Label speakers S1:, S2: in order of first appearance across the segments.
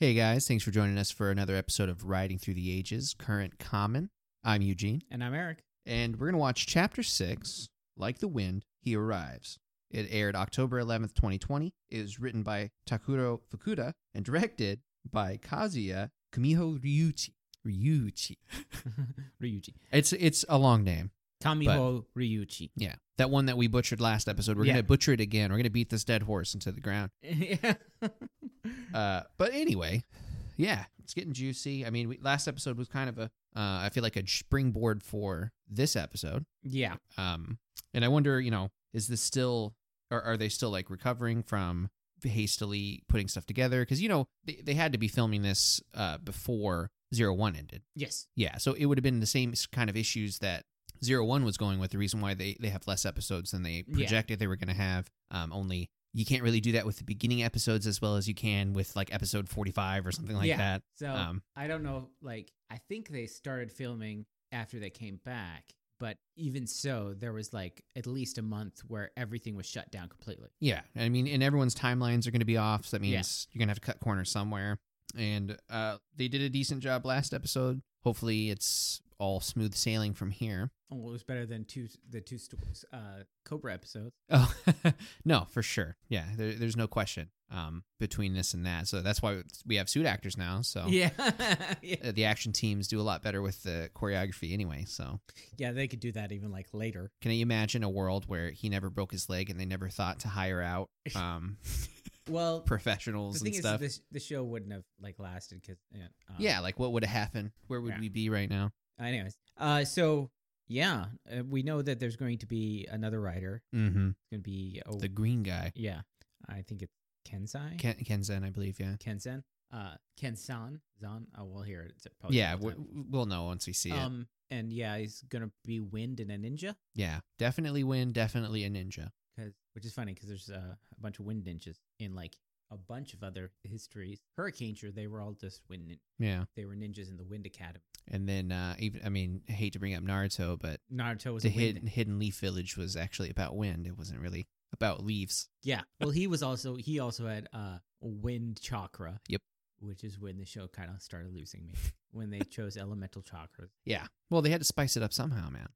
S1: Hey guys, thanks for joining us for another episode of Riding Through the Ages Current Common. I'm Eugene,
S2: And I'm Eric.
S1: and we're going to watch Chapter 6, Like the Wind, He Arrives. It aired October 11th, 2020. It was written by Takuro Fukuda and directed by Kazuya Kumiho Ryuichi. Ryuichi.
S2: Ryuji.
S1: It's, it's a long name.
S2: Kamiho Ryuji.
S1: Yeah. That one that we butchered last episode. We're
S2: Yeah.
S1: going to butcher it again. We're going to beat this dead horse into the ground.
S2: yeah.
S1: Uh, but anyway, yeah, it's getting juicy. I mean, we, last episode was kind of a, uh, I feel like a springboard for this episode.
S2: yeah.
S1: Um, and I wonder, you know, is this still, or are they still like recovering from hastily putting stuff together? Because you know they they had to be filming this uh before Zero One ended.
S2: Yes.
S1: Yeah, so it would have been the same s- kind of issues that Zero One was going with. The reason why they they have less episodes than they
S2: Yeah.
S1: projected they were going to have. Um, only you can't really do that with the beginning episodes as well as you can with like episode forty five or something like
S2: Yeah. Oh.
S1: that.
S2: So
S1: Um,
S2: I don't know. Like, I think they started filming after they came back, but even so, there was like at least a month where everything was shut down completely.
S1: yeah, I mean, and everyone's timelines are going to be off. So that
S2: Yeah.
S1: means you're going to have to cut corners somewhere. And uh, they did a decent job last episode. Hopefully, it's all smooth sailing from here.
S2: Oh, it was better than two the two st- uh, Cobra episodes.
S1: Oh no, for sure. Yeah, there, there's no question um, between this and that. So that's why we have suit actors now. So
S2: Yeah. yeah,
S1: uh, the action teams do a lot better with the choreography anyway. So
S2: yeah, they could do that even like later.
S1: can you imagine a world where he never broke his leg and they never thought to hire out um,
S2: Well, the
S1: professionals
S2: thing
S1: and
S2: is,
S1: stuff?
S2: this the show wouldn't have like lasted um, because
S1: yeah, like what would have happened? Where would
S2: Yeah.
S1: we be right now?
S2: Anyways, uh, so yeah, uh, we know that there's going to be another writer.
S1: Mm-hmm.
S2: It's going to be oh,
S1: The green guy,
S2: yeah, I think it's Kensai.
S1: Ken- Kenzen, I believe. Yeah,
S2: Kensen. Uh, Kensan. Zan. Oh, we'll hear it. It's probably
S1: yeah.
S2: all the
S1: We,
S2: time.
S1: we'll know once we see it.
S2: Um, and yeah, he's gonna be Wind and a ninja,
S1: Yeah, definitely win. Definitely a ninja.
S2: 'cause- which is funny because there's uh, a bunch of wind ninjas in like a bunch of other histories. Hurricane sure they were all just wind. Nin-
S1: Yeah,
S2: they were ninjas in the Wind Academy.
S1: and then uh, even I mean, I hate to bring up Naruto, but
S2: Naruto was
S1: the
S2: a wind.
S1: hidden, hidden leaf village was actually about wind. It wasn't really about leaves.
S2: Yeah. Well, he was also he also had uh wind chakra.
S1: Yep.
S2: Which is when the show kind of started losing me when they chose elemental chakras.
S1: Yeah. Well, they had to spice it up somehow, man.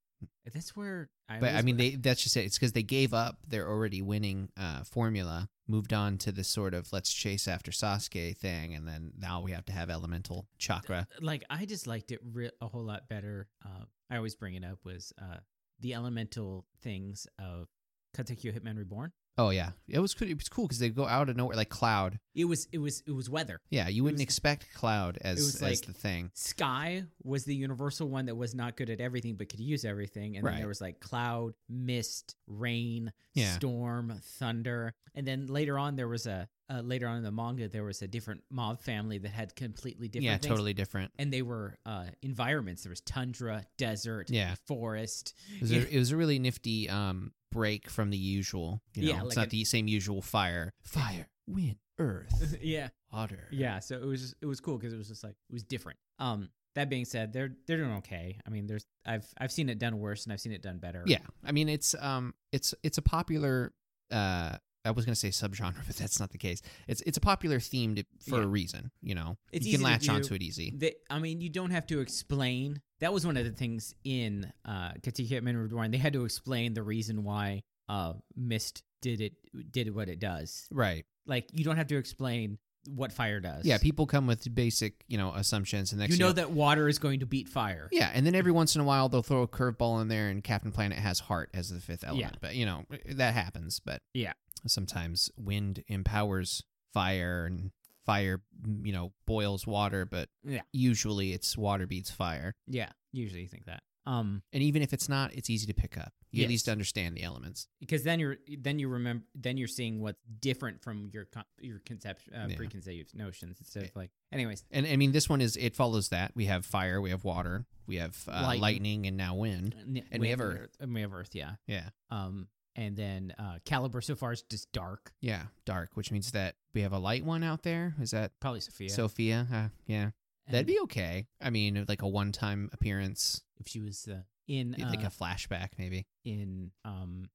S2: That's where I.
S1: But I
S2: always-
S1: mean, they that's just it. It's because they gave up their already winning uh, formula, moved on to this sort of let's chase after Sasuke thing, and then now we have to have elemental chakra.
S2: like I just liked it re- a whole lot better. Uh, I always bring it up was uh the elemental things of Katekyo Hitman Reborn.
S1: Oh yeah, it was it was cool because they go out of nowhere like Cloud.
S2: It was it was it was weather.
S1: Yeah, you wouldn't
S2: was-
S1: expect Cloud as
S2: was
S1: as
S2: like-
S1: the thing.
S2: Sky was the universal one that was not good at everything but could use everything. And
S1: Right.
S2: then there was like cloud, mist, rain,
S1: Yeah.
S2: storm, thunder. And then later on, there was a, uh, later on in the manga, there was a different mob family that had completely different
S1: yeah,
S2: things.
S1: totally different.
S2: And they were uh, environments. There was tundra, desert,
S1: Yeah.
S2: forest.
S1: It was,
S2: Yeah.
S1: a, it was a really nifty um, break from the usual. You know,
S2: Yeah,
S1: it's
S2: like
S1: not
S2: an-
S1: the same usual fire, fire, wind, earth,
S2: yeah.
S1: water.
S2: Yeah, so it was just, it was cool because it was just like it was different. Um, that being said, they're they're doing okay. I mean, there's I've I've seen it done worse and I've seen it done better.
S1: Yeah, I mean it's um it's it's a popular uh I was gonna say subgenre, but that's not the case. It's it's a popular theme to, for
S2: Yeah.
S1: a reason. You know,
S2: It's
S1: you can
S2: easy to
S1: latch
S2: do.
S1: onto it easy.
S2: They, I mean, you don't have to explain. That was one of the things in uh, Katika Hitman Reborn. They had to explain the reason why uh, Mist did it did what it does.
S1: Right.
S2: Like you don't have to explain what fire does.
S1: Yeah. People come with basic you know assumptions, and next
S2: you
S1: thing
S2: know that water is going to beat fire.
S1: Yeah, and then every once in a while they'll throw a curveball in there, and Captain Planet has heart as the fifth element.
S2: Yeah.
S1: But you know eh, that happens. But
S2: Yeah.
S1: sometimes wind empowers fire, and fire you know boils water, but
S2: Yeah.
S1: usually it's water beats fire.
S2: yeah. Usually you think that. Um,
S1: And even if it's not, it's easy to pick up. You at
S2: Yes.
S1: least understand the elements.
S2: because then you're then you remember then you're seeing what's different from your con- your conception uh,
S1: Yeah.
S2: preconceived notions instead of like anyways
S1: And I mean, this one is it follows that we have fire, we have water, we have uh,
S2: Lightning.
S1: lightning. and now wind.
S2: and
S1: we have Earth.
S2: and we have earth yeah
S1: Yeah,
S2: um and then uh caliber so far is just dark
S1: yeah, dark, which means that we have a light one out there. Is that
S2: probably sophia
S1: Sophia? Uh, yeah,
S2: And
S1: that'd be okay. I mean, like a one-time appearance,
S2: if she was uh, in uh,
S1: like a flashback, maybe.
S2: in um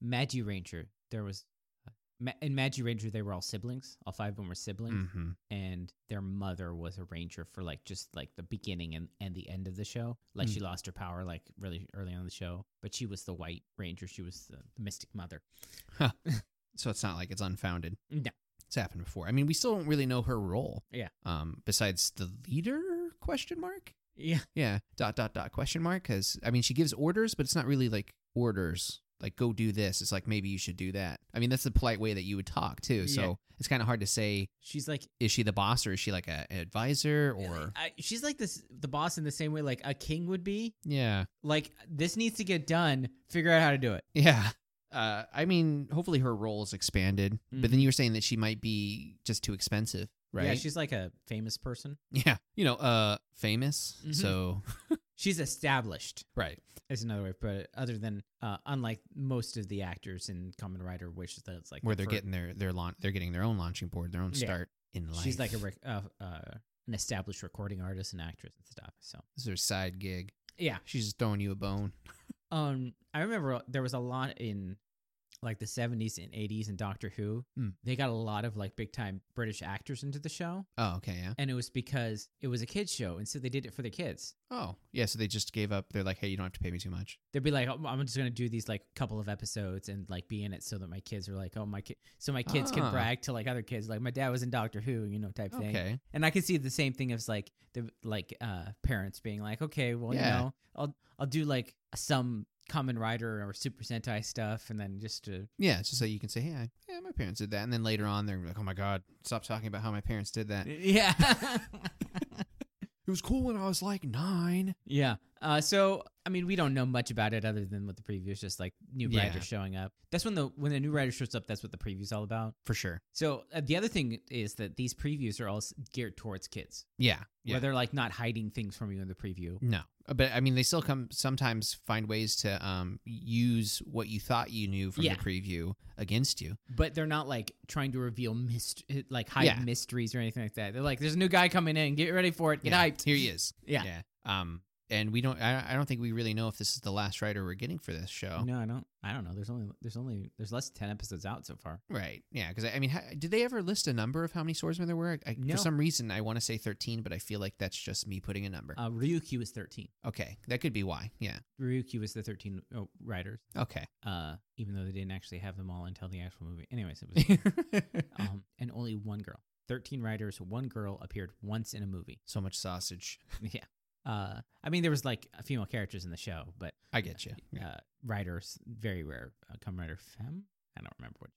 S2: magi ranger there was Ma- in Magic Ranger, they were all siblings. All five of them were siblings,
S1: hmm
S2: and their mother was a ranger for like just like the beginning and, and the end of the show. Like
S1: Mm.
S2: she lost her power like really early on in the show, but she was the White Ranger. She was the, the Mystic Mother.
S1: So it's not like it's unfounded.
S2: No.
S1: It's happened before. I mean, we still don't really know her role.
S2: Yeah.
S1: Um, besides the leader question mark?
S2: Yeah,
S1: Yeah. Dot dot dot question mark cuz I mean, she gives orders, but it's not really like orders. Like go do this. It's like maybe you should do that. I mean, that's the polite way that you would talk too. So
S2: Yeah.
S1: it's kind of hard to say
S2: she's like
S1: is she the boss or is she like a, an advisor or
S2: I, she's like this the boss in the same way like a king would be.
S1: yeah.
S2: Like this needs to get done. Figure out how to do it.
S1: Yeah. Uh, I mean, hopefully her role is expanded, but then you were saying that she might be just too expensive, right?
S2: Mm-hmm. Yeah, she's like a famous person.
S1: yeah, you know, uh, famous.
S2: Mhm.
S1: So
S2: She's established.
S1: right,
S2: is another way of put it. Other than uh, unlike most of the actors in Common Rider, which is that it's like
S1: where
S2: the
S1: they're
S2: fir-
S1: getting their their launch, they're getting their own launching board, their own
S2: Yeah.
S1: start in life.
S2: she's like a rec- uh, uh, an established recording artist and actress and stuff. So
S1: this is her side gig.
S2: yeah,
S1: She's just throwing you a bone.
S2: um, I remember there was a lot in like the seventies and eighties in Doctor Who.
S1: Mm.
S2: They got a lot of like big time British actors into the show,
S1: Oh, okay, yeah.
S2: and it was because it was a kids show, and so they did it for the kids.
S1: Oh, yeah. So they just gave up. They're like, hey, you don't have to pay me too much.
S2: They'd be like, oh, "I'm just gonna do these like couple of episodes and like be in it so that my kids are like, oh my kid, so my kids
S1: Ah.
S2: can brag to like other kids, like my dad was in Doctor Who, you know, type thing."
S1: Okay,
S2: And I can see the same thing as like the like uh parents being like, okay, well,
S1: Yeah.
S2: you know, I'll I'll do like some Common Rider or Super Sentai stuff, and then just to
S1: yeah. It's just so you can say, hey, I, yeah, my parents did that, and then later on, they're like, oh my god, stop talking about how my parents did that.
S2: yeah,
S1: It was cool when I was like nine.
S2: yeah. Uh, so I mean, we don't know much about it other than what the preview is just like new
S1: Yeah.
S2: writer showing up. That's when the when the new writer shows up. That's what the preview's all about.
S1: For sure.
S2: So uh, the other thing is that these previews are all s- geared towards kids,
S1: Yeah. yeah. Mm.
S2: where they're like not hiding things from you in the preview.
S1: No, Uh, but I mean, they still come sometimes find ways to um, use what you thought you knew from
S2: Yeah.
S1: the preview against you.
S2: but they're not like trying to reveal myst- eh, like hide
S1: Yeah.
S2: mysteries or anything like that. They're like, there's a new guy coming in, get ready for it, get
S1: yeah.
S2: hyped.
S1: Here he is.
S2: Yeah.
S1: Yeah. Um, and we don't. I, I don't think we really know if this is the last writer we're getting for this show.
S2: No, I don't. I don't know. There's only there's only there's less than ten episodes out so far.
S1: Right. Yeah. Because I, I mean, how, did they ever list a number of how many swordsmen there were? I,
S2: No.
S1: For some reason, I want to say thirteen, but I feel like that's just me putting a number.
S2: Uh, Ryukyu was thirteen.
S1: okay, that could be why. Yeah.
S2: Ryukyu was the thirteen oh, writers.
S1: Okay.
S2: Uh, even though they didn't actually have them all until the actual movie. Anyways, it was um, and only one girl. Thirteen writers, one girl appeared once in a movie.
S1: so much sausage.
S2: yeah. Uh, I mean, there was like female characters in the show, but
S1: I get you. Yeah.
S2: uh, writers, very rare. Uh, come writer femme? I don't remember what.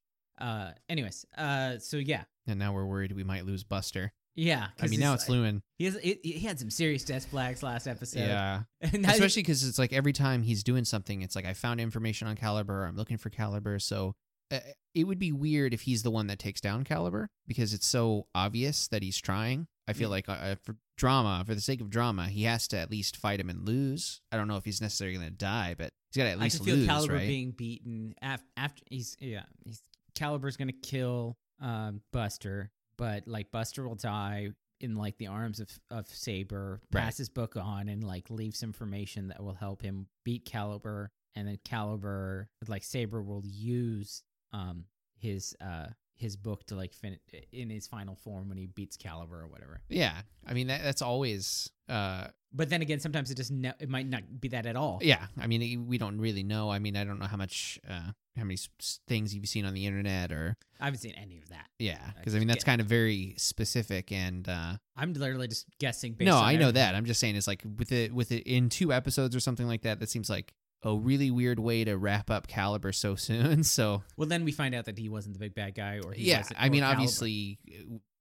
S2: Uh, anyways, uh, so yeah,
S1: And now we're worried we might lose Buster.
S2: yeah.
S1: I
S2: 'cause
S1: mean, now it's
S2: like-
S1: Lewin.
S2: he, has, he, he had some serious death flags last episode.
S1: Yeah.
S2: and I-
S1: especially because it's like every time he's doing something it's like i found information on caliber i'm looking for caliber so uh, it would be weird if he's the one that takes down caliber because it's so obvious that he's trying i feel
S2: Yeah.
S1: like uh, uh, for drama for the sake of drama he has to at least fight him and lose i don't know if he's necessarily going to die but he's got to at
S2: I
S1: least
S2: can feel
S1: lose
S2: Caliber
S1: right
S2: being beaten after, after he's yeah he's Caliber's gonna kill um Buster, but like Buster will die in like the arms of of Saber,
S1: Right.
S2: pass his book on, and like leaves information that will help him beat Caliber, and then Caliber like Saber will use um his uh his book to like fin in his final form when he beats Caliber or whatever.
S1: yeah i mean that, that's always uh
S2: But then again, sometimes it just ne- it might not be that at all.
S1: yeah i mean it- we don't really know i mean i don't know how much uh how many s- s- things you've seen on the internet or
S2: I haven't seen any of that.
S1: yeah because i
S2: just
S1: mean that's
S2: get-
S1: kind of very specific and uh
S2: I'm literally just guessing. Based
S1: No,
S2: on
S1: I know
S2: everything.
S1: that. I'm just saying it's like with it with it in two episodes or something like that. That seems like a really weird way to wrap up Caliber so soon. So
S2: Well, then we find out that he wasn't the big bad guy, or he
S1: yeah,
S2: wasn't-
S1: I
S2: or
S1: mean
S2: Caliber.
S1: obviously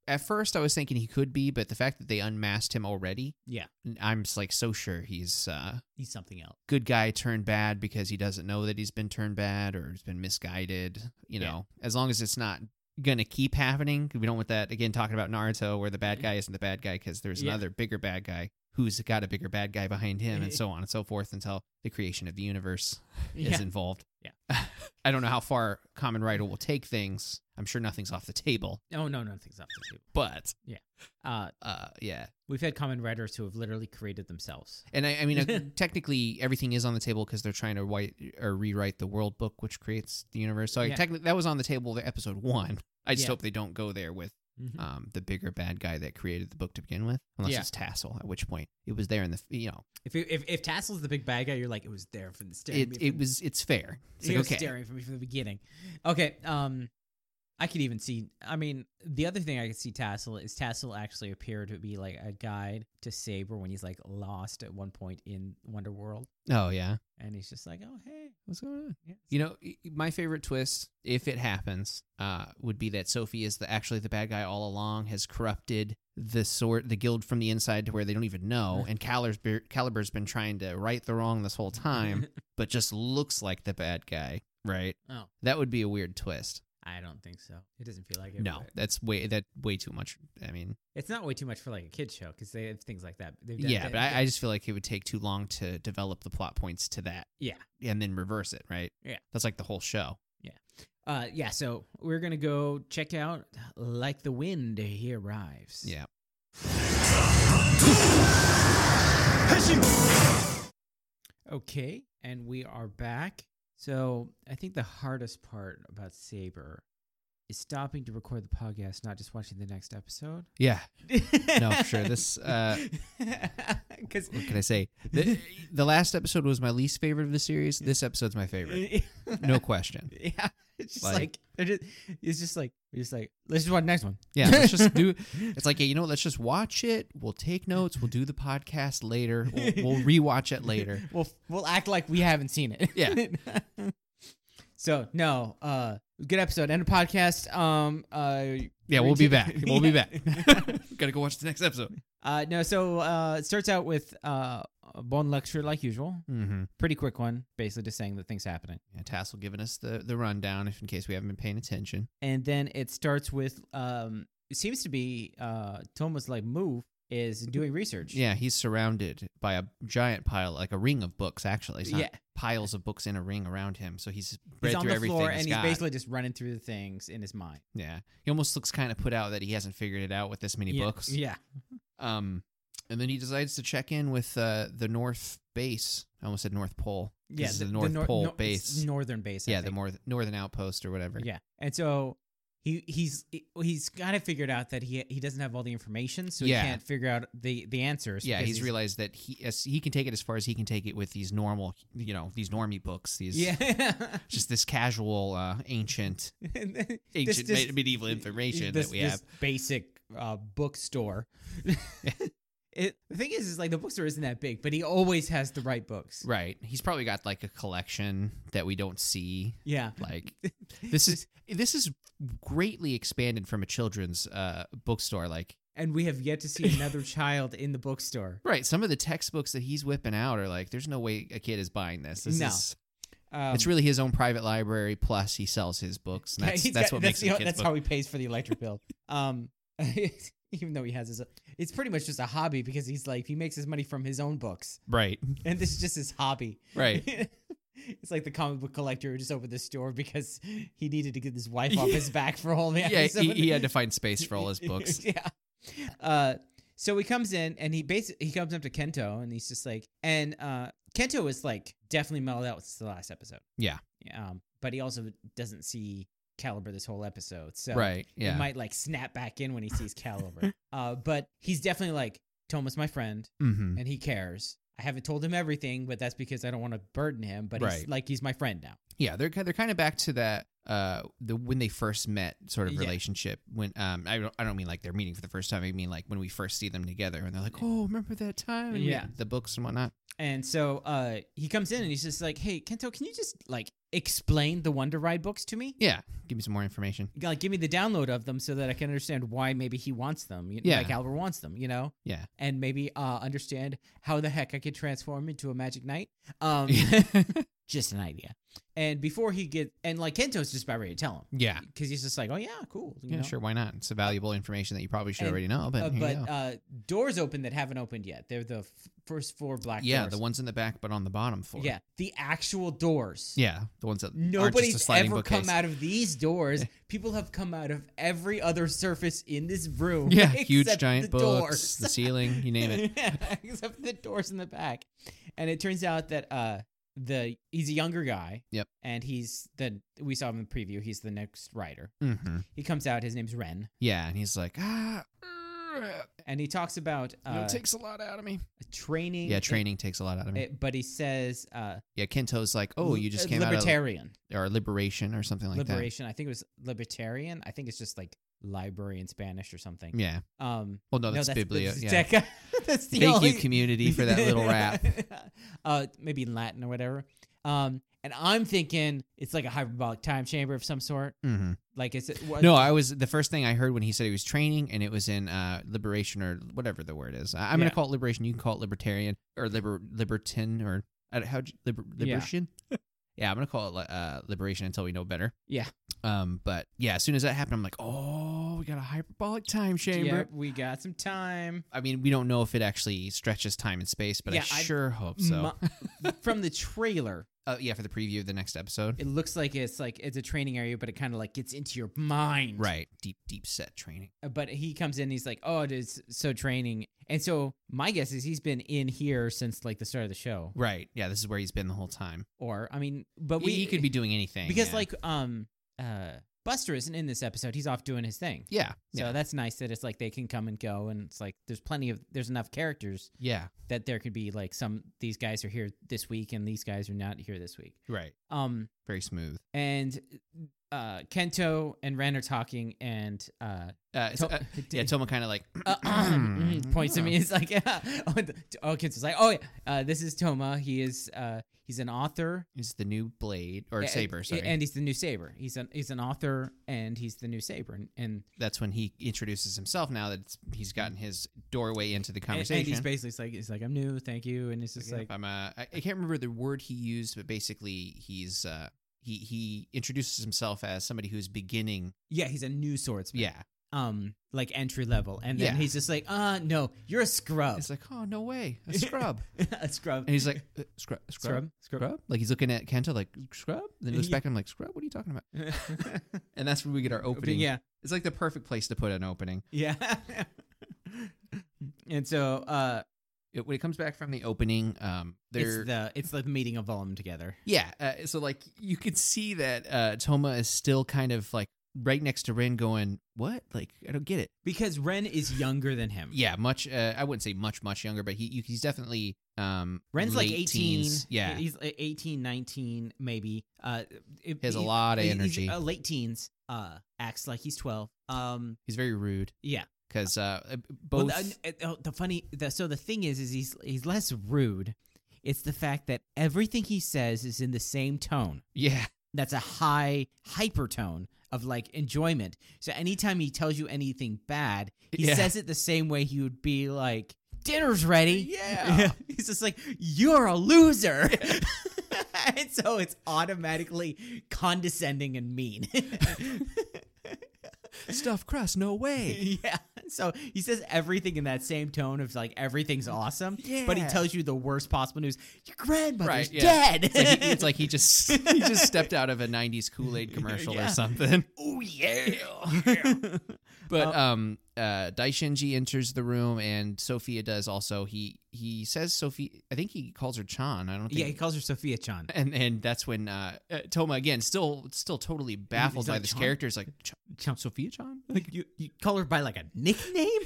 S1: at first I was thinking he could be, but the fact that they unmasked him already,
S2: Yeah.
S1: I'm just like so sure he's uh
S2: he's something else.
S1: good guy turned bad because he doesn't know that he's been turned bad or he's been misguided. You
S2: Yeah.
S1: know, as long as it's not gonna keep happening, we don't want that again. Talking about Naruto, where the bad guy isn't the bad guy because there's
S2: Yeah.
S1: another bigger bad guy who's got a bigger bad guy behind him, and so on and so forth until the creation of the universe
S2: Yeah,
S1: is involved.
S2: Yeah.
S1: I don't know how far Common Rider will take things. I'm I'm sure nothing's off the table,
S2: Oh no, nothing's off the table.
S1: but
S2: Uh,
S1: uh, yeah.
S2: we've had common writers who have literally created themselves.
S1: And I, I mean, uh, technically, everything is on the table because they're trying to write or rewrite the world book, which creates the universe. So I
S2: Yeah.
S1: technically, that was on the table the episode one. I just
S2: Yeah.
S1: hope they don't go there with
S2: Mhm.
S1: um, the bigger bad guy that created the book to begin with, unless
S2: Yeah.
S1: it's Tassel, at which point it was there in the f- you know
S2: If, you- if if Tassel's the big bad guy, you're like it was there from the staring. at
S1: it
S2: me
S1: it
S2: from-
S1: was it's fair. It's
S2: he
S1: like,
S2: was
S1: okay,
S2: staring for me from the beginning. Okay, um, I could even see. I mean, the other thing I could see Tassel is Tassel actually appeared to be like a guide to Saber when he's like lost at one point in Wonderworld,
S1: oh yeah,
S2: and he's just like, oh hey,
S1: what's going on?
S2: yeah.
S1: You know, y- y- my favorite twist, if it happens, uh, would be that Sophie is the actually the bad guy all along, has corrupted the sort the guild from the inside to where they don't even know, and Calibur's be- Calibur's been trying to right the wrong this whole time, but just looks like the bad guy, right?
S2: Oh.
S1: that would be a weird twist.
S2: I don't think so. It doesn't feel like it.
S1: No,
S2: but-
S1: that's way that way too much. I mean,
S2: it's not way too much for like a kid show because they have things like that. They've done-
S1: yeah,
S2: they-
S1: but I, I
S2: they-
S1: just feel like it would take too long to develop the plot points to that
S2: yeah.
S1: and then reverse it, right?
S2: Yeah.
S1: that's like the whole show.
S2: Uh, yeah, so we're gonna go check out like the wind he arrives.
S1: Yeah.
S2: Okay, and we are back. So I think the hardest part about Saber is stopping to record the podcast, not just watching the next episode.
S1: Yeah, no, for sure. This uh,
S2: because
S1: what can I say? The, the last episode was my least favorite of the series. This episode's my favorite, no question.
S2: Yeah, it's just
S1: Like-
S2: like, they're just, it's just like we're just like let's just watch the next one.
S1: Yeah, let's just do. It's like, yeah, you know, what, let's just watch it. We'll take notes. We'll do the podcast later. We'll, we'll rewatch it later.
S2: We'll we'll act like we haven't seen it. Yeah. so no, uh, good episode and a podcast. Um, uh,
S1: Yeah, we'll be
S2: Yeah.
S1: back. We'll be back. Gotta go watch the next episode.
S2: uh, no, so uh, it starts out with uh, a bon lecture like usual,
S1: Mm-hmm.
S2: pretty quick one, basically just saying that things happening,
S1: Yeah, Tassel giving us the the rundown, if in case we haven't been paying attention.
S2: and then it starts with um, it seems to be uh, Toma's like move is doing research.
S1: Yeah, he's surrounded by a giant pile, like a ring of books. Actually, it's not
S2: yeah.
S1: piles of books in a ring around him. So he's read
S2: He's on
S1: through
S2: the
S1: everything.
S2: floor
S1: he's
S2: and he's
S1: got.
S2: basically just running through the things in his mind.
S1: yeah, he almost looks kind of put out that he hasn't figured it out with this many
S2: yeah.
S1: books.
S2: Yeah.
S1: Um, and then he decides to check in with uh, the North Base. I almost said North Pole.
S2: Yeah,
S1: is the North Pole
S2: it's
S1: base.
S2: northern base. I
S1: yeah, the
S2: think.
S1: more Northern Outpost or whatever.
S2: Yeah, and so he he's he's kind of figured out that he he doesn't have all the information, so
S1: Yeah.
S2: he can't figure out the the answers.
S1: Yeah,
S2: because
S1: he's, realized that he as, he can take it as far as he can take it with these normal, you know, these normie books. These
S2: yeah.
S1: just this casual, uh, ancient,
S2: And then this-
S1: ancient
S2: this-
S1: me- medieval information
S2: this-
S1: that we
S2: this
S1: have.
S2: basic uh, bookstore. it, the thing is, is like the bookstore isn't that big, but he always has the right books.
S1: Right. He's probably got like a collection that we don't see.
S2: Yeah,
S1: Like this is this is greatly expanded from a children's uh, bookstore. Like
S2: and we have yet to see another child in the bookstore.
S1: right, some of the textbooks that he's whipping out are like, there's no way a kid is buying this. This
S2: No.
S1: is
S2: Um,
S1: it's really his own private library. Plus, he sells his books. And
S2: Yeah,
S1: that's
S2: he's
S1: that's
S2: got-
S1: what makes
S2: the-
S1: the kids.
S2: That's
S1: book.
S2: how he pays for the electric bill. Um, even though he has his, it's pretty much just a hobby because he's like he makes his money from his own books,
S1: right.
S2: and this is just his hobby.
S1: Right.
S2: it's like the comic book collector who just opened the store because he needed to get his wife off his back for all the
S1: Yeah,
S2: episode.
S1: he, he had to find space for all his books.
S2: yeah. Uh, so he comes in and he basically he comes up to Kento and he's just like, and uh, Kento is like definitely mellowed out since the last episode.
S1: Yeah.
S2: Um, but he also doesn't see Caliber this whole episode, so
S1: Right.
S2: He
S1: Yeah.
S2: might like snap back in when he sees Caliber. uh, but he's definitely like Thomas, my friend,
S1: mm-hmm.
S2: and he cares. I haven't told him everything, but that's because I don't want to burden him. But he's
S1: Right.
S2: like he's my friend now.
S1: Yeah, they're ki- they're kind of back to that uh the when they first met sort of
S2: Yeah.
S1: relationship when um I don't I don't mean like they're meeting for the first time I mean like when we first see them together and they're like oh remember that time and we-
S2: Yeah.
S1: the books and whatnot
S2: And so uh, he comes in and he's just like, "Hey, Kento, can you just like explain the Wonder Ride books to me?"
S1: yeah give me some more information
S2: like give me the download of them so that I can understand why maybe he wants them. You
S1: Yeah.
S2: like Albert wants them, you know.
S1: Yeah.
S2: and maybe uh, understand how the heck I could transform into a magic knight. Um, Just an idea. And before he get and like Kento's just about ready to tell him
S1: Yeah.
S2: because he's just like, oh yeah, cool. you
S1: Yeah,
S2: know? Uh,
S1: sure. Why not? It's valuable information that you probably should
S2: And,
S1: already know, but,
S2: Uh,
S1: here you
S2: but
S1: go.
S2: uh, doors open that haven't opened yet. They're the f- first four black
S1: yeah,
S2: doors.
S1: the ones in the back, but on the bottom floor.
S2: Yeah, the actual doors.
S1: yeah, the ones that aren't just a
S2: Nobody's
S1: sliding
S2: ever
S1: bookcase.
S2: come out of these doors. People have come out of every other surface in this room.
S1: yeah, huge
S2: except
S1: giant
S2: the
S1: books,
S2: doors.
S1: the ceiling, you name it.
S2: except the doors in the back. And it turns out that uh the he's a younger guy.
S1: Yep.
S2: And he's the we saw him in the preview, he's the next writer.
S1: hmm
S2: He comes out, his name's Ren,
S1: Yeah, and he's like, ah, uh, you
S2: and he talks about
S1: know,
S2: uh
S1: it takes a lot out of me.
S2: training.
S1: Yeah, training takes a lot out of
S2: it-
S1: me.
S2: it- but he says uh
S1: yeah, Kento's like, oh, you just
S2: li-
S1: came out
S2: libertarian.
S1: of or liberation or something like
S2: liberation. I think it was libertarian. I think it's just like library in Spanish or something.
S1: that. Yeah.
S2: Um,
S1: Well, no,
S2: no,
S1: Oh, that's,
S2: that's
S1: biblio.
S2: that's
S1: yeah.
S2: Deca- that's the
S1: Thank
S2: only-
S1: you, community, for that little rap.
S2: uh, maybe in Latin or whatever. Um, and I'm thinking it's like a hyperbolic time chamber of some sort.
S1: hmm
S2: Like it's what,
S1: No, I was the first thing I heard when he said he was training, and it was in uh, liberation or whatever the word is. I, I'm
S2: Yeah.
S1: gonna call it liberation. You can call it libertarian or liber libertin or uh, how liber,
S2: Yeah.
S1: liberation. Yeah. I'm gonna call it li- uh, liberation until we know better.
S2: Yeah.
S1: Um, but yeah, as soon as that happened, I'm like, oh, we got a hyperbolic time chamber.
S2: Yep, we got some time.
S1: I mean, we don't know if it actually stretches time and space, but
S2: Yeah,
S1: I
S2: I-
S1: sure hope so.
S2: Mu- from the trailer,
S1: uh, yeah, for the preview of the next episode.
S2: it looks like it's like it's a training area, but it kind of like gets into your mind. Uh,
S1: right, deep, deep set training.
S2: but he comes in he's like oh it is so training and so my guess is he's been in here since like the start of the show
S1: Right. Yeah, this is where he's been the whole time.
S2: or i mean
S1: But
S2: but
S1: we,
S2: we
S1: he could be doing anything
S2: because
S1: yeah.
S2: like um uh buster isn't in this episode he's off doing his thing
S1: yeah,
S2: so
S1: yeah,
S2: that's nice that it's like they can come and go and it's like there's plenty of there's enough characters
S1: yeah.
S2: that there could be like some these guys are here this week and these guys are not here this week
S1: Right.
S2: um
S1: Very smooth.
S2: and uh kento and ren are talking and uh,
S1: Uh, it's-
S2: To-
S1: uh, yeah, Toma kind of like
S2: uh, points at me.
S1: Yeah.
S2: It's like, oh, the- oh, kids is like, oh, yeah, uh, this is Toma. He is, uh, he's an author
S1: It's the new blade or
S2: a-
S1: saber.
S2: and,
S1: Sorry,
S2: and he's the new saber. He's an he's an author, and he's the new saber, and and,
S1: that's when he introduces himself. Now that it's, he's gotten his doorway into the
S2: and,
S1: conversation.
S2: he's basically it's like, he's like, I'm new, thank you, and it's just
S1: Yep,
S2: like,
S1: I'm a, I, I can't remember the word he used, but basically he's uh, he he introduces himself as somebody who's beginning.
S2: yeah, he's a new swordsman,
S1: Yeah,
S2: um, like entry level, and then
S1: Yeah.
S2: he's just like, uh, no, you're a scrub,
S1: it's like oh no way, a scrub.
S2: a scrub,
S1: and he's like uh, scrub, scrub,
S2: scrub, scrub.
S1: scrub. Like he's looking at Kenta like scrub. Then he looks
S2: Yeah.
S1: back at him like scrub. What are you talking about? And that's where we get our opening.
S2: yeah,
S1: It's like the perfect place to put an opening.
S2: yeah. and so, uh.
S1: it, when it comes back from the opening, um, they're
S2: It's the it's the meeting of all of them together.
S1: yeah. Uh, so like you could see that uh, Toma is still kind of like right next to Ren, going, "What? Like I don't get it."
S2: Because Ren is younger than him.
S1: Yeah, much. Uh, I wouldn't say much, much younger, but he you, he's definitely um,
S2: Ren's like
S1: late
S2: 18.
S1: teens. Yeah,
S2: He's like 18, 19 maybe. Uh it,
S1: he has a
S2: he-
S1: lot of
S2: he's,
S1: energy.
S2: uh, late teens. Uh acts like he's 12. Um
S1: He's very rude
S2: yeah.
S1: because uh, uh,
S2: Well,
S1: both.
S2: the, uh, uh, the funny the, so the thing is is he's he's less rude. It's the fact that everything he says is in the same tone.
S1: yeah,
S2: that's a high hypertone of like enjoyment. So anytime he tells you anything bad, he
S1: Yeah.
S2: says it the same way he would be like, "Dinner's ready."
S1: Yeah.
S2: he's just like, "You're a loser," and so it's automatically condescending and mean.
S1: stuff crust. No way.
S2: yeah. So he says everything in that same tone of like everything's awesome, but he
S1: Yeah.
S2: tells you the worst possible news. Your grandmother's
S1: Right, yeah.
S2: dead.
S1: It's like, he, it's like he just he just stepped out of a '90s Kool Aid commercial
S2: Yeah.
S1: or something.
S2: oh yeah.
S1: But
S2: Oh.
S1: um, uh, Daishinji enters the room, and Sophia does also. He he says Sophie. I think he calls her Chan. I don't think.
S2: Yeah, he calls her Sophia Chan.
S1: and and that's when uh, uh, Toma again still still totally baffled
S2: He's
S1: by
S2: like,
S1: this
S2: "Chan?"
S1: character is like "Chan-
S2: Chan-
S1: Sophia Chan.
S2: Like you, you call her by like a nickname?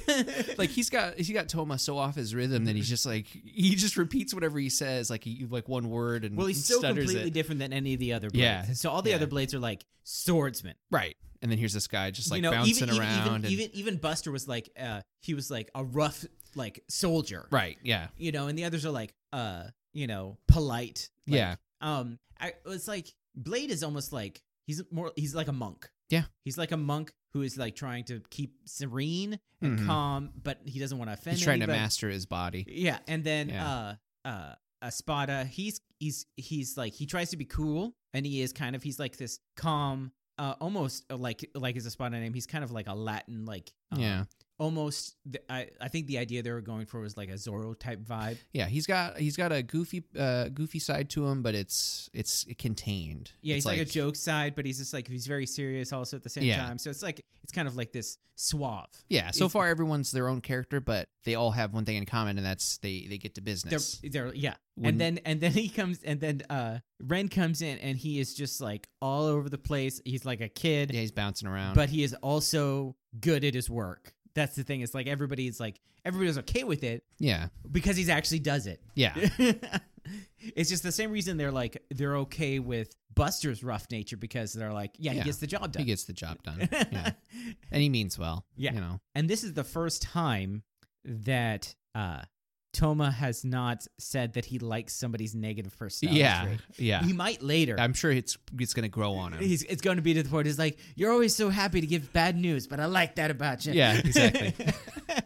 S1: Like he's got he got Toma so off his rhythm that
S2: Mm.
S1: he's just like he just repeats whatever he says like he like one word and
S2: well, he's so
S1: Mm, stutters
S2: completely
S1: it.
S2: different than any of the other blades.
S1: Yeah.
S2: So all the
S1: Yeah.
S2: other blades are like swordsmen.
S1: right. And then here's this guy just like
S2: you know,
S1: bouncing
S2: even, even-
S1: around
S2: even,
S1: and
S2: even even Buster was like uh he was like a rough like soldier.
S1: right yeah
S2: You know, and the others are like uh, you know, polite. like,
S1: yeah
S2: Um I it's like Blade is almost like he's more he's like a monk.
S1: Yeah.
S2: He's like a monk who is like trying to keep serene and
S1: Mhm.
S2: calm, but he doesn't want to offend
S1: he's trying to
S2: anybody.
S1: master his body
S2: Yeah, and then
S1: Yeah.
S2: uh uh Espada, he's he's he's like he tries to be cool, and he is kind of he's like this calm, uh, almost uh, like like his Espada name. He's kind of like a Latin, like um,
S1: yeah,
S2: almost. th- I I think the idea they were going for was like a Zoro type vibe.
S1: yeah. He's got he's got a goofy uh, goofy side to him, but it's it's contained.
S2: Yeah,
S1: It's
S2: he's like, a joke side, but he's just like he's very serious also at the same
S1: Yeah.
S2: time. So it's like it's kind of like this suave.
S1: Yeah, so
S2: It's-
S1: far everyone's their own character, but they all have one thing in common, and that's they they get to
S2: They're,
S1: business.
S2: they're yeah,
S1: When-
S2: and then and then he comes and then uh Ren comes in and he is just like all over the place. He's like a kid.
S1: yeah, he's bouncing around.
S2: but he is also good at his work. That's the thing. It's like everybody's like everybody's okay with it
S1: yeah,
S2: because he's actually does it.
S1: yeah,
S2: it's just the same reason they're like they're okay with Buster's rough nature because they're like, yeah,
S1: Yeah,
S2: he gets the job done.
S1: he gets the job done, yeah. and he means well.
S2: Yeah.
S1: you know,
S2: and this is the first time that uh Toma has not said that he likes somebody's negative personality.
S1: yeah,
S2: trait.
S1: yeah.
S2: He might later.
S1: I'm sure it's it's gonna grow on him.
S2: He's, it's going to be to the point. He's like, you're always so happy to give bad news, but I like that about you.
S1: Yeah, exactly.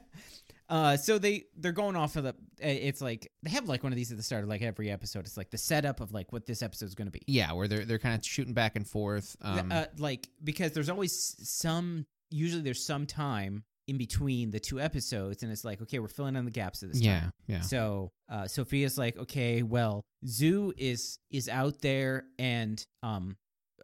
S2: uh, so they they're going off of the. uh, It's like they have like one of these at the start of like every episode. It's like the setup of like what this episode's going to be.
S1: yeah, where they're they're kind of shooting back and forth.
S2: Th-
S1: Um,
S2: uh, like because there's always s- some. Usually there's some time in between the two episodes, and it's like okay, we're filling in the gaps of this. time.
S1: yeah, yeah,
S2: So uh, Sophia's like, okay, well, Zoo is is out there, and um,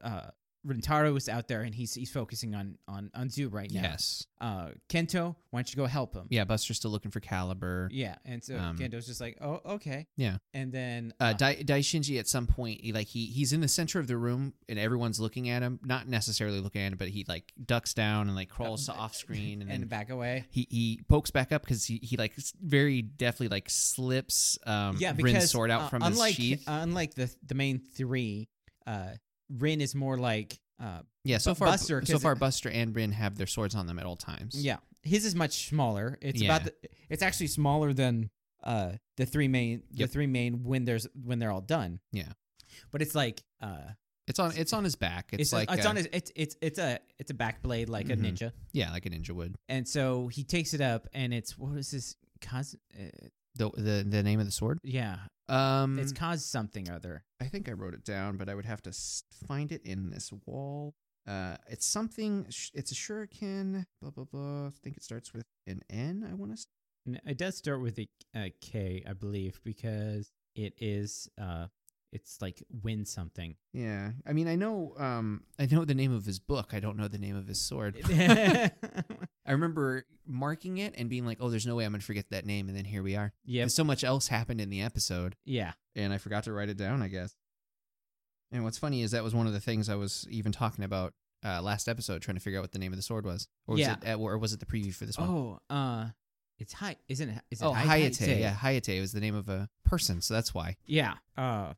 S2: uh, Rentaro is out there, and he's he's focusing on on on Zoo right now.
S1: yes,
S2: Uh, Kento, why don't you go help him?
S1: yeah. Buster's still looking for Caliber.
S2: Yeah. And so
S1: Um,
S2: Kento's just like, oh, okay.
S1: Yeah.
S2: And then
S1: uh, Dai- Daishinji at some point, he, like he he's in the center of the room and everyone's looking at him, not necessarily looking at him, but he like ducks down and like crawls to
S2: uh,
S1: off screen and,
S2: and
S1: then
S2: back away.
S1: he he pokes back up because he, he like s- very deftly like slips um
S2: yeah, because
S1: Rin's sword out
S2: uh,
S1: from
S2: unlike
S1: his sheath.
S2: unlike the the main three, uh, Rin is more like uh,
S1: yeah, so
S2: Bu-
S1: far
S2: Buster,
S1: so
S2: 'cause
S1: far
S2: it-
S1: Buster and Rin have their swords on them at all times.
S2: Yeah, his is much smaller. It's
S1: Yeah.
S2: about the, it's actually smaller than uh the three main
S1: Yep.
S2: the three main when there's when they're all done.
S1: Yeah.
S2: but it's like uh
S1: it's on it's on his back. It's,
S2: it's,
S1: like
S2: it's
S1: uh,
S2: on his it's it's it's a it's a back blade like
S1: Mhm.
S2: a ninja,
S1: yeah, like a ninja would.
S2: and so he takes it up and it's what is this cause? Uh,
S1: The, the the name of the sword.
S2: yeah,
S1: Um,
S2: it's cause something or other.
S1: I think I wrote it down, but I would have to s- find it in this wall. Uh, it's something. sh- It's a shuriken. Blah blah blah. I think it starts with an N. I want to.
S2: N- It does start with a, a K, I believe, because it is uh it's like win something.
S1: Yeah. I mean, I know. Um, I know the name of his book. I don't know the name of his sword. I remember marking it and being like, "Oh, there's no way I'm gonna forget that name." And then here we are.
S2: yep.
S1: 'Cause So much else happened in the episode.
S2: Yeah.
S1: and I forgot to write it down, I guess. And what's funny is that was one of the things I was even talking about uh, last episode, trying to figure out what the name of the sword was, or was
S2: Yeah.
S1: it, uh, or was it the preview for this one?
S2: Oh, uh, it's high, isn't it? Is it
S1: oh,
S2: Hi-
S1: Hayate. Yeah, Hayate was the name of a person, so that's why.
S2: yeah. Uh,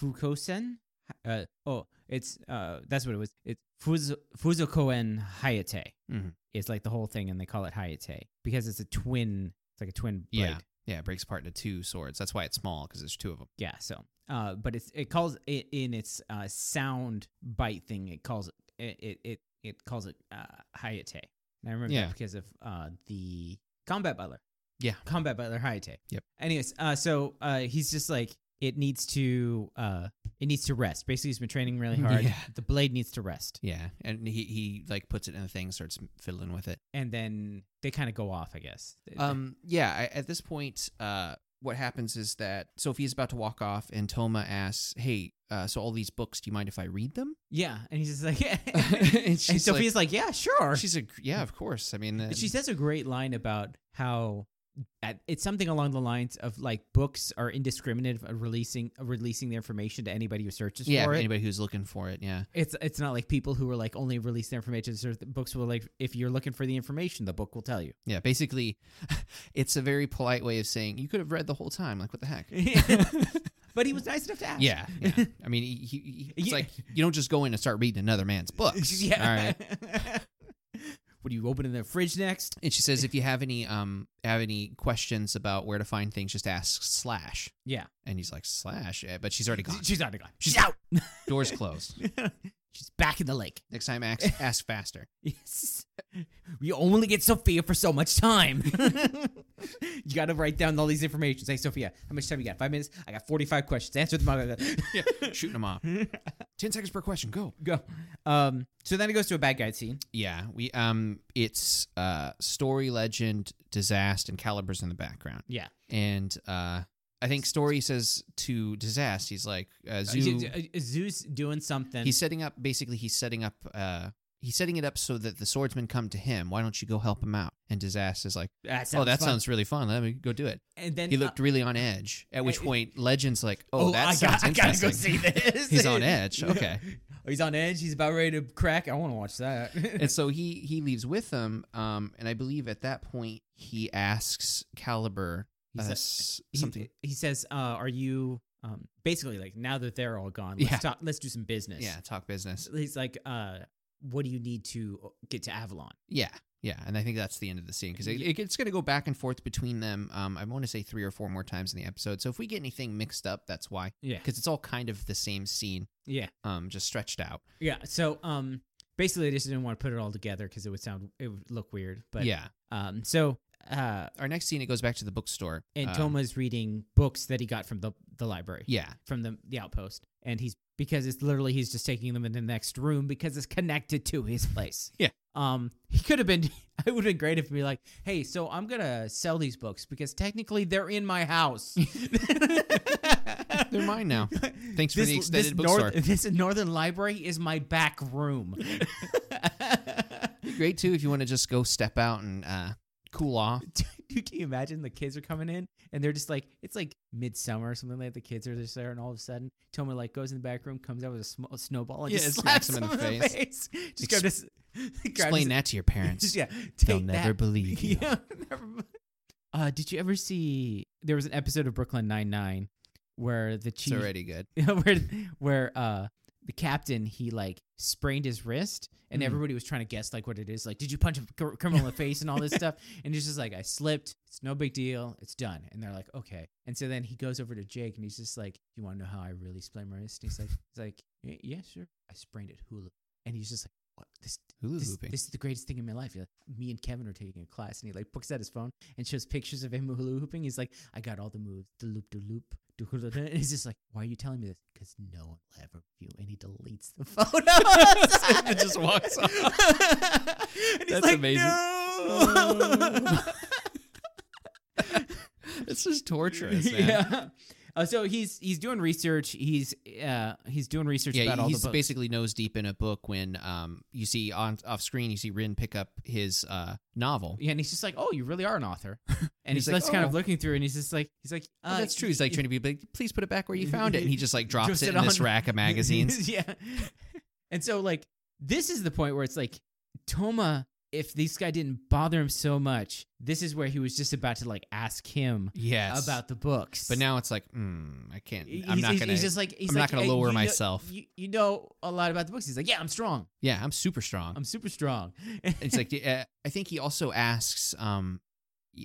S2: Fukosen. Uh, oh, it's uh, that's what it was. It's Fuz- Fuzokoen Hayate.
S1: Mhm.
S2: It's like the whole thing, and they call it Hayate because it's a twin. It's like a twin blade.
S1: Yeah. Yeah, it breaks apart into two swords. That's why it's small because there's two of them.
S2: Yeah, so, uh, but it's it calls it in its uh sound bite thing. It calls it it it, it calls it uh, Hayate. And I remember
S1: Yeah.
S2: that because of uh the combat butler.
S1: Yeah.
S2: combat butler Hayate.
S1: Yep.
S2: Anyways, uh, so uh, he's just like it needs to uh it needs to rest. Basically, he's been training really hard.
S1: Yeah.
S2: The blade needs to rest,
S1: Yeah, and he he like puts it in a thing, starts fiddling with it.
S2: and then they kind of go off. I guess.
S1: Um, yeah. I, at this point, uh, what happens is that Sophie's about to walk off, and Toma asks, "Hey, uh, so all these books, do you mind if I read them?"
S2: yeah, and he's just like,
S1: And
S2: and,
S1: she's like-
S2: Sophia's like, yeah, sure.
S1: She's a yeah, of course. I mean, uh,
S2: She says a great line about how at- it's something along the lines of like books are indiscriminate of releasing of releasing their information to anybody who searches
S1: yeah,
S2: for it.
S1: anybody who's looking for it, yeah,
S2: It's it's not like people who are like only release their information. So the books will like if you're looking for the information, the book will tell you.
S1: yeah. Basically, it's a very polite way of saying you could have read the whole time. Like, what the heck?
S2: but he was nice enough to ask.
S1: yeah, yeah. I mean, he, he, he- it's
S2: Yeah.
S1: like you don't just go in and start reading another man's books.
S2: yeah.
S1: All right.
S2: what are you opening the fridge next?
S1: And she says, if you have any um have any questions about where to find things, just ask Slash.
S2: Yeah.
S1: And he's like Slash, eh, but she's already gone.
S2: She's out of gone.
S1: She's
S2: out.
S1: Doors closed.
S2: She's back in the lake.
S1: Next time, ask, ask faster.
S2: Yes. We only get Sophia for so much time. you got to write down all these information. Hey, Sophia, how much time you got? Five minutes? I got 45 questions. Answer them all.
S1: Shooting them off. Ten seconds per question. Go.
S2: Go. Um, so then it goes to a bad guy scene.
S1: Yeah, we um, it's uh, story, legend, disaster, and calibers in the background.
S2: Yeah.
S1: and uh, I think Story says to Disaster, he's like uh, Zoo.
S2: Zeus doing something.
S1: He's setting up. Basically, he's setting up. Uh, he's setting it up so that the swordsmen come to him. Why don't you go help him out? And Disaster's like,
S2: that
S1: Oh, that
S2: fun.
S1: sounds really fun. Let me go do it.
S2: And then
S1: He looked really on edge. At which
S2: I-
S1: point, Legend's like, Oh, that
S2: I,
S1: sounds
S2: got, I gotta go
S1: interesting.
S2: see this.
S1: He's on edge. Okay.
S2: Oh, he's on edge. He's about ready to crack. I want to watch that.
S1: and so he he leaves with them. Um, and I believe at that point he asks Caliber
S2: He's
S1: uh,
S2: like-
S1: s-
S2: he-
S1: something.
S2: He, says, uh, "Are you um, basically like now that they're all gone? Let's
S1: Yeah.
S2: talk, let's do some business."
S1: Yeah, talk business.
S2: He's like, uh, "What do you need to uh, get to Avalon?"
S1: Yeah, yeah, and I think that's the end of the scene because it,
S2: Ye-
S1: it, it's going to go back and forth between them. Um, I want to say three or four more times in the episode. So if we get anything mixed up, that's why,
S2: Yeah,
S1: because it's all kind of the same scene,
S2: yeah,
S1: um, just stretched out.
S2: yeah. So, um, basically, I just didn't want to put it all together because it would sound it would look weird. But
S1: yeah,
S2: um, so uh,
S1: our next scene it goes back to the bookstore.
S2: and
S1: Um,
S2: Toma's reading books that he got from the the library.
S1: Yeah,
S2: from the the outpost, and he's because it's literally he's just taking them in the next room because it's connected to his place.
S1: Yeah.
S2: Um, he could have been. It would have been great if we like, hey, so I'm gonna sell these books because technically they're in my house.
S1: they're mine now. Thanks for the
S2: this
S1: extended
S2: north-
S1: bookstore.
S2: this northern library is my back room.
S1: Great too if you want to just go step out and uh, cool off.
S2: Dude, can you imagine the kids are coming in and they're just like it's like midsummer or something like that. the kids are just there and all of a sudden Toma like goes in the back room comes out with a, sm- a snowball and
S1: Yeah,
S2: just
S1: it
S2: slaps
S1: smacks
S2: him in the face, just
S1: Ex-
S2: grab this grab
S1: Explain
S2: this-
S1: that to your parents.
S2: yeah
S1: They'll
S2: take
S1: never
S2: that.
S1: believe you.
S2: yeah never b- uh did you ever see there was an episode of Brooklyn Nine Nine where the
S1: It's
S2: chief
S1: already good.
S2: where where uh the captain he like sprained his wrist and
S1: Mhm.
S2: everybody was trying to guess like what it is like did you punch a cr- criminal in the face and all this stuff and he's just like i slipped it's no big deal it's done and they're like okay and so then he goes over to jake and he's just like you want to know how i really sprained my wrist and he's like he's like "Y- yeah sure i sprained it hula and he's just like what this
S1: Hula
S2: this,
S1: hooping.
S2: this is the greatest thing in my life. You're like, me and Kevin are taking a class, and he like picks out his phone and shows pictures of him hula hooping. He's like, I got all the moves, the loop, the loop, the hula. da." And he's just like, Why are you telling me this? Because no one will ever view. And he deletes the photos
S1: And just walks off.
S2: And he's
S1: That's
S2: like,
S1: amazing.
S2: "No."
S1: It's just torturous, man.
S2: Yeah. Uh, so he's he's doing research. He's uh he's doing research
S1: yeah,
S2: about all the
S1: he's
S2: books.
S1: basically nose deep in a book when um you see on off screen you see Rin pick up his uh novel.
S2: Yeah, and he's just like, "Oh, you really are an author," and he's,
S1: He's like,
S2: just kind
S1: "Oh."
S2: of looking through, and he's just like, "He's like,
S1: Oh,
S2: uh,
S1: that's true. He's like trying to be like, please put it back where you found it, and he just like drops
S2: Drops
S1: it
S2: it
S1: in this
S2: on-
S1: rack of magazines.
S2: yeah, and so like this is the point where it's like Toma. If this guy didn't bother him so much, this is where he was just about to like ask him
S1: yes,
S2: about the books.
S1: But now it's like, mm, I can't.
S2: He-
S1: I'm
S2: he's,
S1: not
S2: he's-
S1: gonna.
S2: He's just like he's
S1: I'm not
S2: like,
S1: gonna
S2: "Hey,
S1: lower
S2: you know-
S1: myself."
S2: you, you know a lot about the books. He's like, yeah, I'm strong.
S1: yeah, I'm super strong.
S2: I'm super strong.
S1: it's like uh, I think he also asks um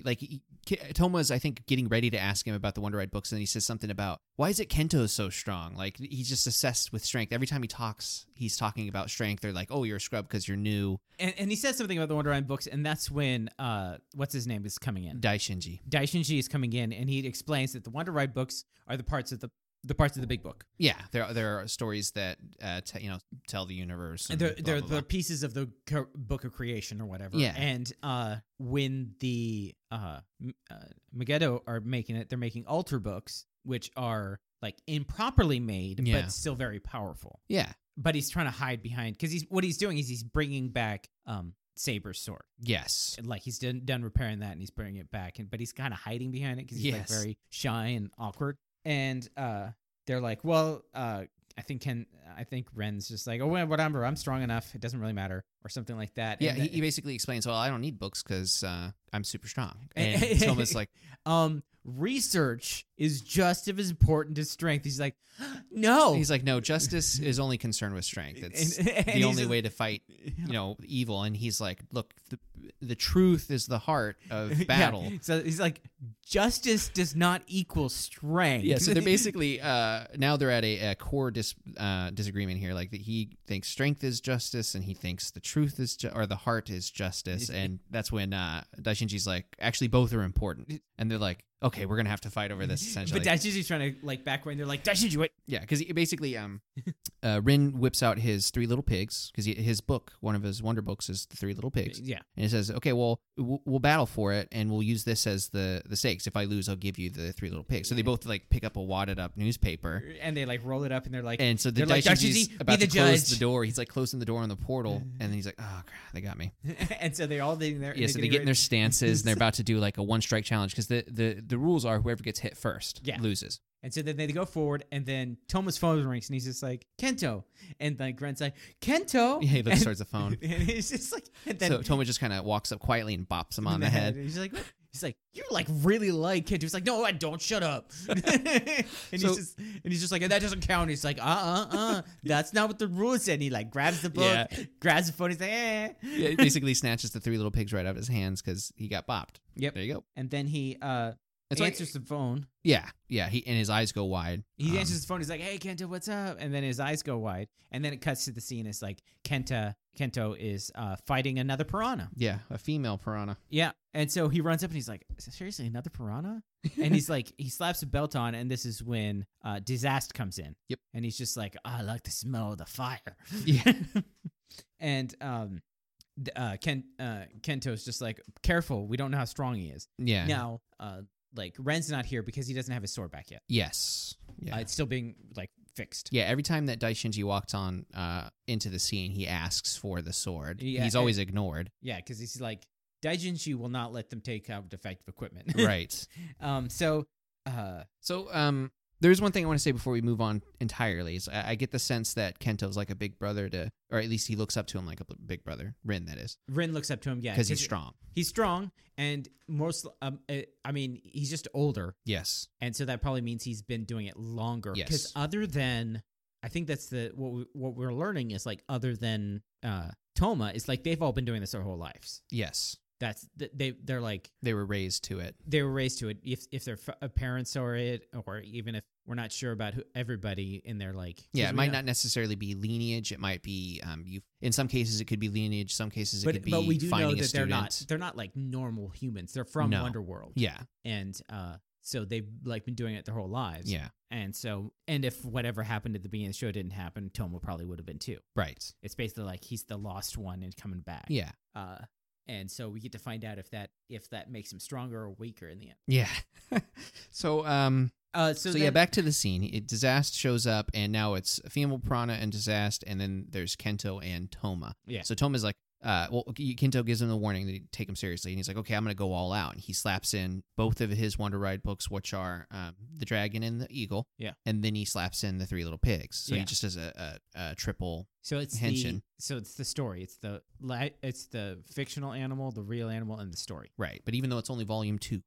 S1: like he, Ki- Toma's I think getting ready to ask him about the Wonder Ride books and then he says something about why is it Kento is so strong like he's just obsessed with strength every time he talks he's talking about strength they're like oh you're a scrub because you're new
S2: and, and he says something about the Wonder Woman books, and that's when uh, what's his name is coming in.
S1: Dai Shinji
S2: Daishinji is coming in and he explains that the Wonder Ride books are the parts of the the parts of the big book.
S1: yeah there are, there are stories that uh t- you know tell the universe and
S2: And they're
S1: blah,
S2: they're,
S1: blah,
S2: they're
S1: blah.
S2: pieces of the co- book of creation or whatever.
S1: Yeah.
S2: And uh, when the uh, M- uh, Megiddo are making it, they're making altar books, which are like improperly made,
S1: Yeah.
S2: but still very powerful.
S1: yeah
S2: But he's trying to hide behind because he's what he's doing is he's bringing back um, Saber's sword.
S1: yes
S2: And, Like he's done, done repairing that and he's bringing it back and but he's kind of hiding behind it because he's like
S1: Yes.
S2: very shy and awkward and uh they're like well uh i think ken i think ren's just like oh well, whatever i'm strong enough it doesn't really matter or something like that.
S1: Yeah,
S2: And
S1: he,
S2: that-
S1: he basically explains, "Well, I don't need books because uh, I'm super strong." And Thomas like,
S2: um, research is just as important as strength. He's like, no.
S1: he's like, "No, justice is only concerned with strength. It's the only way to fight, you know, evil." And he's like, "Look, the, the truth is the heart of battle."
S2: So he's like, justice does not equal strength.
S1: Yeah, so they're basically uh, now they're at a, a core dis- uh, disagreement here. Like that he thinks strength is justice, and he thinks the truth is ju- or the heart is justice, and that's when uh, Daishinji's like, actually, both are important, and they're like, okay, we're gonna have to fight over this essentially.
S2: But Daishiji's trying to like back away, and they're like, Daishiji, wait.
S1: yeah, because basically, um, uh, Rin whips out his three little pigs because his book, one of his wonder books, is the three little pigs,
S2: Yeah,
S1: and it says, okay, well, w- we'll battle for it, and we'll use this as the the stakes. If I lose, I'll give you the three little pigs. So they both like pick up a wadded up newspaper.
S2: and they like roll it up, and they're like,
S1: And so the
S2: They're like,
S1: Daishinji's
S2: "Daishinji, be
S1: about
S2: the
S1: to close
S2: judge."
S1: the door. He's like closing the door on the portal, and then he's like, "Oh, crap, they got me."
S2: and so they're all in there. and
S1: Yeah, so they get in their stances, and they're about to do like a one strike challenge because the, the the rules are whoever gets hit first
S2: Yeah.
S1: loses.
S2: And so then they go forward, and then Thomas phone rings, and he's just like Kento, and like Ren's like Kento.
S1: Yeah, he looks
S2: and,
S1: towards the phone.
S2: and he's just like, and then
S1: so Toma just kind of walks up quietly and bops him on the
S2: and
S1: head.
S2: He's like, "What?" he's like, you like really like Kento. He's like, no, I don't. Shut up. and
S1: So-
S2: he's just, and he's just like, that doesn't count. He's like, uh, uh, uh, that's not what the rule said. And he like grabs the book,
S1: Yeah.
S2: grabs the phone. He's like, eh.
S1: Yeah, he basically snatches the three little pigs right out of his hands because he got bopped.
S2: Yep.
S1: There you go.
S2: And then he uh
S1: That's why-
S2: answers the phone.
S1: Yeah, yeah. He and his eyes go wide.
S2: He
S1: Um,
S2: answers the phone. He's like, "Hey, Kento, what's up?" And then his eyes go wide. And then it cuts to the scene. It's like Kenta, Kento is uh, fighting another piranha.
S1: Yeah, a female piranha.
S2: Yeah. And so he runs up and he's like, "Seriously, another piranha?" and he's like, he slaps a belt on. And this is when uh, Disaster comes in.
S1: Yep.
S2: And he's just like, "Oh, "I like the smell of the fire."
S1: Yeah.
S2: and um, th- uh, Ken uh, Kento's just like, "Careful, we don't know how strong he is."
S1: yeah.
S2: Now, uh, like Ren's not here because he doesn't have his sword back yet.
S1: Yes. Yeah.
S2: Uh, it's still being like fixed.
S1: Yeah, every time that Daishinji walks on uh, into the scene, he asks for the sword.
S2: Yeah,
S1: He's always ignored.
S2: Yeah, because he's like Daijinshi will not let them take out defective equipment.
S1: right.
S2: um. So, uh,
S1: So, um, there's one thing I want to say before we move on entirely. Is I, I get the sense that Kento's like a big brother to, or at least he looks up to him like a b- big brother, Rin, that is,
S2: Rin looks up to him. Yeah,
S1: because he's strong.
S2: He's strong, and most. Um, uh, I mean, he's just older,
S1: Yes.
S2: and so that probably means he's been doing it longer.
S1: Yes.
S2: other than, I think that's the what we, what we're learning is like other than uh Toma is like they've all been doing this their whole lives.
S1: Yes.
S2: That's th- they they're like
S1: They were raised to it.
S2: they were raised to it. If if their f- uh, parents are it, or even if we're not sure about who, everybody in their like. 'cause
S1: Yeah, it
S2: we
S1: might
S2: know-
S1: not necessarily be lineage. It might be um, you. In some cases, it could be lineage. Some cases, it could
S2: But
S1: be
S2: but we do know
S1: finding a
S2: that they're
S1: student.
S2: not they're not like normal humans. They're from
S1: No.
S2: Wonderworld,
S1: Yeah,
S2: and uh, so they've like been doing it their whole lives.
S1: yeah,
S2: and so and if whatever happened at the beginning of the show didn't happen, Tomo probably would have been too.
S1: right.
S2: It's basically like he's the lost one and coming back.
S1: Yeah,
S2: uh, and so we get to find out if that if that makes him stronger or weaker in the end.
S1: yeah. so, um,
S2: Uh,
S1: So,
S2: so,
S1: yeah,
S2: then-
S1: back to the scene. It, Disaster shows up, and now it's female Prana and Disaster, and then there's Kento and Toma.
S2: Yeah.
S1: So Toma's like, uh, well, K- Kento gives him the warning that he take him seriously, and he's like, okay, I'm gonna go all out. And he slaps in both of his Wonder Ride books, which are um, the Dragon and the Eagle.
S2: Yeah.
S1: And then he slaps in the Three Little Pigs. So he
S2: Yeah.
S1: just does a, a, a triple.
S2: so it's
S1: Henshin.
S2: the so it's the story. It's the li- it's the fictional animal, the real animal, and the story.
S1: Right. But even though it's only volume two,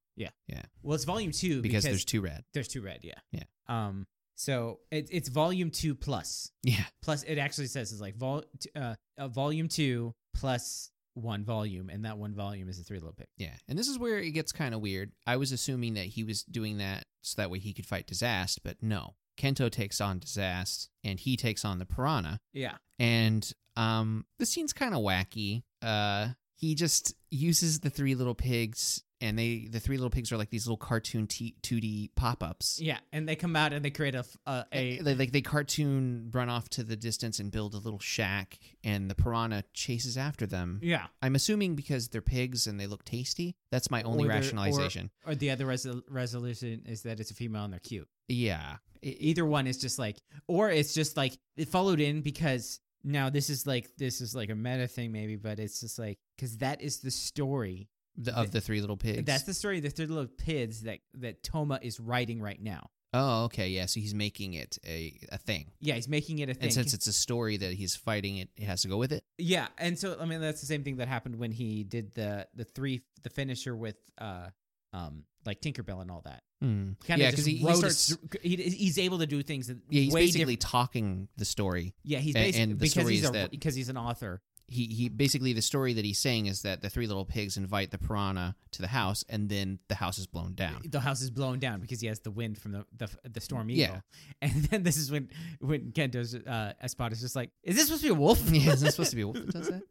S2: Well, it's volume two
S1: because, there's two red.
S2: There's two red, yeah.
S1: Yeah.
S2: Um. So it, it's volume two plus
S1: Yeah.
S2: plus. It actually says it's like vol t- uh, uh volume two plus one volume, and that one volume is a three little pick.
S1: Yeah. And this is where it gets kind of weird. I was assuming that he was doing that so that way he could fight Disaster, but no. Kento takes on Disaster and he takes on the Piranha.
S2: Yeah.
S1: And um the scene's kind of wacky. Uh he just uses the three little pigs and they the three little pigs are like these little cartoon t- 2D pop-ups.
S2: Yeah, and they come out and they create a f- uh,
S1: A,
S2: a
S1: they, like they cartoon run off to the distance and build a little shack and the piranha chases after them.
S2: yeah.
S1: I'm assuming because they're pigs and they look tasty. That's my only
S2: Or they're- or-
S1: rationalization.
S2: Or the other resol- resolution is that it's a female and they're cute.
S1: Yeah.
S2: E- Either one is just like, or it's just like it followed in because now this is like this is like a meta thing maybe, but it's just like because that is the story
S1: The, of the three little pigs.
S2: That's the story of the three little pigs that that Toma is writing right now.
S1: Oh, okay, yeah. So he's making it a a thing,
S2: Yeah, he's making it a thing.
S1: and since it's a story that he's fighting, it, it has to go with it.
S2: yeah, and so I mean that's the same thing that happened when he did the the three the finisher with uh um like Tinkerbell and all that.
S1: Mm.
S2: Kind of
S1: Yeah, because
S2: because
S1: he, he starts.
S2: he, he's able to do things that
S1: yeah, he's
S2: way
S1: basically
S2: different.
S1: talking the story.
S2: Yeah, he's
S1: a-
S2: basically
S1: and the
S2: because
S1: story
S2: he's
S1: is
S2: a,
S1: that-
S2: because he's an author.
S1: He he basically the story that he's saying is that the three little pigs invite the piranha to the house, and then the house is blown down.
S2: The house is blown down because he has the wind from the the, the storm
S1: Yeah.
S2: eagle. And then this is when when Kento's uh, Espada's just like, is this supposed to be a wolf?
S1: yeah, isn't it supposed to be a wolf that does that?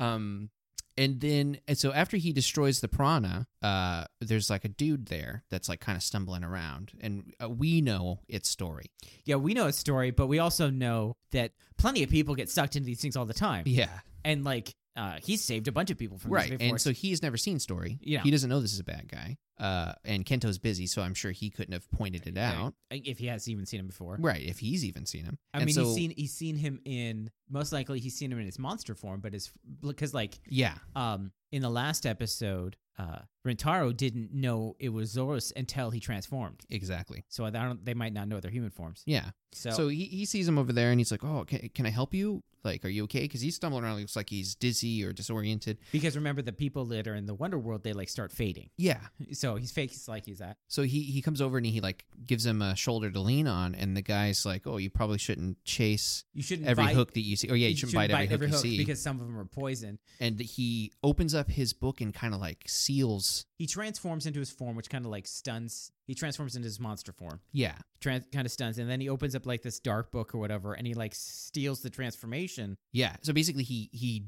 S1: Um, and then and so after he destroys the piranha, uh, there's like a dude there that's like kind of stumbling around, and uh, we know its story.
S2: yeah, we know its story, but we also know that plenty of people get sucked into these things all the time.
S1: Yeah,
S2: And like, uh, he's saved a bunch of people from
S1: right.
S2: this before.
S1: And so he's never seen story.
S2: Yeah.
S1: he doesn't know this is a bad guy. Uh, and Kento's busy, so I'm sure he couldn't have pointed it
S2: Yeah,
S1: out.
S2: if he has even seen him before.
S1: Right, if he's even seen him.
S2: I
S1: And
S2: mean,
S1: so-
S2: he's seen he's seen him in most likely he's seen him in his monster form, but his because like
S1: Yeah,
S2: um in the last episode, uh Rentaro didn't know it was Zorus until he transformed.
S1: exactly.
S2: So I don't they might not know their human forms.
S1: Yeah.
S2: So,
S1: So he, he sees him over there and he's like, "Oh, can, can I help you? Like, are you okay?" Because he's stumbling around, looks like he's dizzy or disoriented.
S2: because remember the people that are in the Wonder World, they like start fading.
S1: Yeah.
S2: So he's fake he's like he's that.
S1: So he he comes over and he like gives him a shoulder to lean on, and the guy's like, "Oh, you probably shouldn't chase
S2: You shouldn't
S1: every
S2: bite,
S1: hook that you see, or yeah, you shouldn't bite, every, hook, you see."
S2: because some of them are poison.
S1: and he opens up his book and kind of like seals,
S2: He transforms into his form, which kind of like stuns. He transforms into his monster form,
S1: yeah,
S2: trans- kind of stuns, and then he opens up like this dark book or whatever, and he like steals the transformation.
S1: yeah. So basically, he he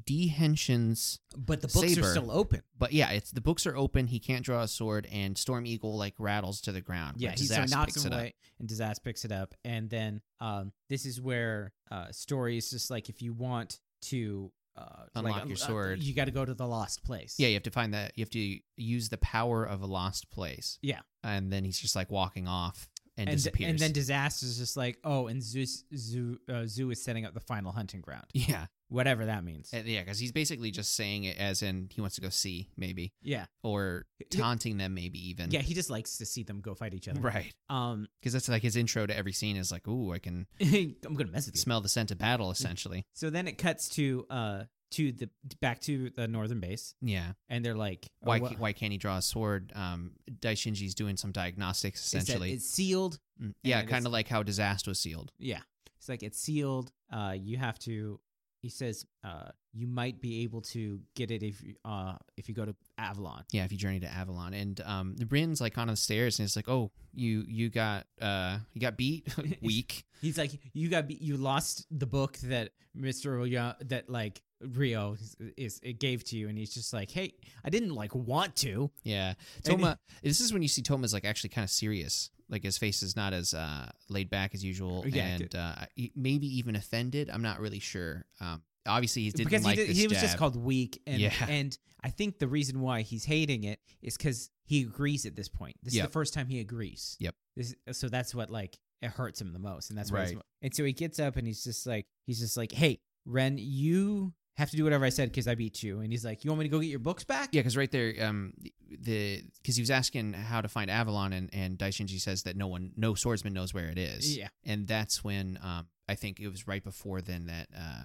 S1: dehensions,
S2: But the books
S1: Saber.
S2: are still open.
S1: but yeah, it's the books are open. He can't draw a sword, and Storm Eagle like rattles to the ground.
S2: Yeah,
S1: but
S2: he so
S1: Zazz
S2: knocks
S1: picks
S2: him
S1: it up.
S2: away, and Disaster picks it up, and then um, this is where uh, story is just like if you want to uh,
S1: Unlock
S2: like,
S1: your
S2: uh,
S1: sword.
S2: you got to go to the lost place.
S1: Yeah, you have to find that. You have to use the power of a lost place.
S2: Yeah.
S1: and then he's just like walking off and,
S2: and,
S1: disappears.
S2: and then Disaster is just like, oh, and Zeus, Zoo, uh, Zoo is setting up the final hunting ground,
S1: yeah,
S2: whatever that means.
S1: Uh, yeah, because he's basically just saying it as in he wants to go see, maybe,
S2: yeah,
S1: or
S2: He-
S1: taunting them, maybe even.
S2: yeah, he just likes to see them go fight each other.
S1: right.
S2: Um,
S1: Because that's like his intro to every scene is like, "Ooh, I can
S2: I'm gonna mess with you.
S1: smell the scent of battle." Essentially,
S2: So then it cuts to uh to the back to the northern base,
S1: yeah.
S2: and they're like, oh,
S1: Why
S2: wha-
S1: ca- why can't he draw a sword? Um, Daishinji's doing some diagnostics
S2: is that
S1: essentially.
S2: it's sealed.
S1: Mm, yeah,
S2: and it
S1: kind
S2: is-
S1: of like how disaster was sealed.
S2: Yeah. It's like it's sealed. Uh, you have to. He says, uh, you might be able to get it if you, uh, if you go to Avalon.
S1: Yeah, if you journey to Avalon, and um, the Bryn's like on the stairs, and it's like, "Oh, you you got uh you got beat weak."
S2: He's like, you got, be- you lost the book that Mister that like Rio is, is it gave to you, and he's just like, hey, I didn't like want to.
S1: Yeah.
S2: And-
S1: Toma this is when you see Toma's like actually kind of serious. Like his face is not as uh laid back as usual
S2: Yeah,
S1: and
S2: it-
S1: uh he- maybe even offended. I'm not really sure. Um obviously he didn't
S2: because
S1: like
S2: he, did-
S1: this
S2: he was just
S1: jab.
S2: called weak, and
S1: Yeah.
S2: and I think the reason why he's hating it is because he agrees at this point. This is
S1: Yep.
S2: the first time he agrees.
S1: Yep.
S2: This, so that's what like it hurts him the most, and that's why. he's
S1: Right.
S2: mo- And so he gets up and he's just like he's just like, hey, Ren, you have to do whatever I said because I beat you. And he's like, you want me to go get your books back?
S1: Yeah, cuz right there um the cuz he was asking how to find Avalon and and Daishinji says that no one no swordsman knows where it is.
S2: Yeah.
S1: And that's when um I think it was right before then that uh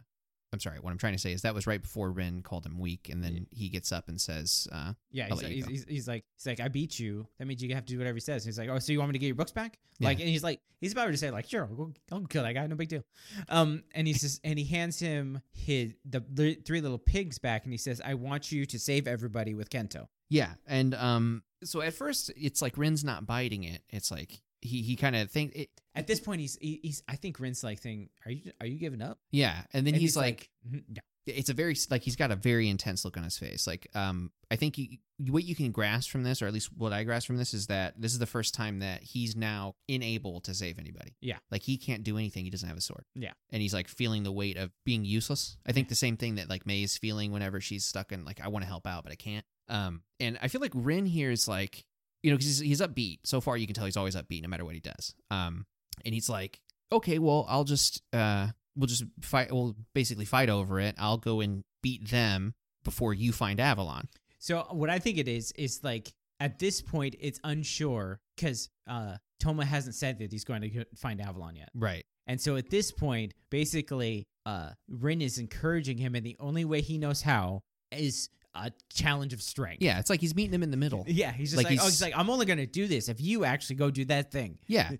S1: I'm sorry. What I'm trying to say is that was right before Rin called him weak, and then he gets up and says, uh,
S2: Yeah,
S1: I'll
S2: he's,
S1: let
S2: like,
S1: you
S2: he's,
S1: go.
S2: he's, he's like, he's like, I beat you. That means you have to do whatever he says. And he's like, oh, so you want me to get your books back?
S1: Yeah.
S2: Like, and he's like, he's about to say like, sure, I'll go, I'll go kill that guy, no big deal. Um, and he says, and he hands him his the li- three little pigs back, and he says, I want you to save everybody with Kento.
S1: Yeah, and um, so at first it's like Ren's not biting it. It's like he he kind of think it.
S2: At this point, he's he, he's I think Rin's like thing, are you are you giving up?
S1: Yeah, and then
S2: And
S1: he's, like,
S2: "Mhm, no.
S1: it's a very like he's got a very intense look on his face. Like um, I think you, what you can grasp from this, or at least what I grasp from this, is that this is the first time that he's now unable to save anybody.
S2: Yeah.
S1: like he can't do anything. He doesn't have a sword.
S2: Yeah.
S1: and he's like feeling the weight of being useless. I think the same thing that like May is feeling whenever she's stuck in like I want to help out but I can't. Um, and I feel like Rin here is like you know, because he's, he's upbeat. So far, you can tell he's always upbeat no matter what he does. Um, and he's like, okay, well, I'll just, uh, we'll just fight, we'll basically fight over it. I'll go and beat them before you find Avalon.
S2: So what I think it is is like at this point, it's unsure because uh Toma hasn't said that he's going to go- find Avalon yet.
S1: Right.
S2: And so at this point, basically, uh, Rin is encouraging him, and the only way he knows how is a challenge of strength.
S1: Yeah. It's like he's meeting him in the middle.
S2: Yeah, he's just
S1: Like
S2: like,
S1: he's-
S2: oh, he's like, I'm only gonna do this if you actually go do that thing.
S1: Yeah.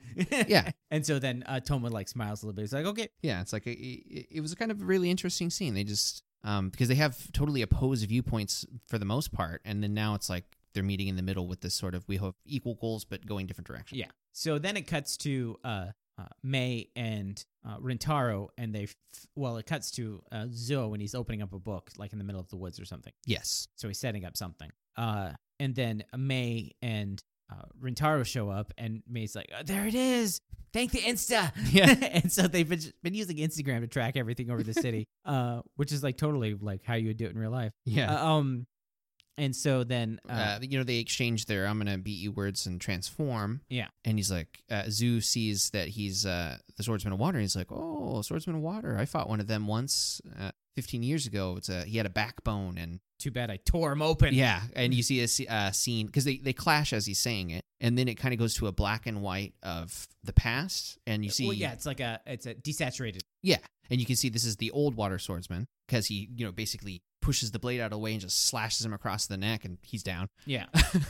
S1: Yeah.
S2: and so then uh, Toma like smiles a little bit. He's like, okay,
S1: Yeah. It's like a, it, it was a kind of really interesting scene. They just um because they have totally opposed viewpoints for the most part, and then now it's like they're meeting in the middle with this sort of we have equal goals but going different directions.
S2: yeah. So then it cuts to uh, uh, May and uh, Rintaro, and they, f- well, it cuts to uh, Zo and he's opening up a book like in the middle of the woods or something.
S1: Yes.
S2: So he's setting up something. Uh, and then May and uh, Rintaro show up, and May's like, "Uh, "There it is! Thank the Insta."
S1: Yeah.
S2: and so they've been, been using Instagram to track everything over the city, uh, which is like totally like how you would do it in real life.
S1: Yeah.
S2: Uh, um, and so then,
S1: uh,
S2: uh,
S1: you know, they exchange their "I'm gonna beat you" words and transform.
S2: Yeah.
S1: and he's like, uh, Zoo sees that he's uh, the swordsman of water. And he's like, "Oh, swordsman of water! I fought one of them once, uh, 15 years ago. It's a he had a backbone, and
S2: too bad I tore him open.
S1: yeah, and you see a se- uh, scene because they they clash as he's saying it, and then it kind of goes to a black and white of the past, and you see,
S2: Uh, Well, yeah, it's like a it's a desaturated.
S1: and you can see this is the old water swordsman because he, you know, basically pushes the blade out of the way and just slashes him across the neck, and he's down.
S2: Yeah.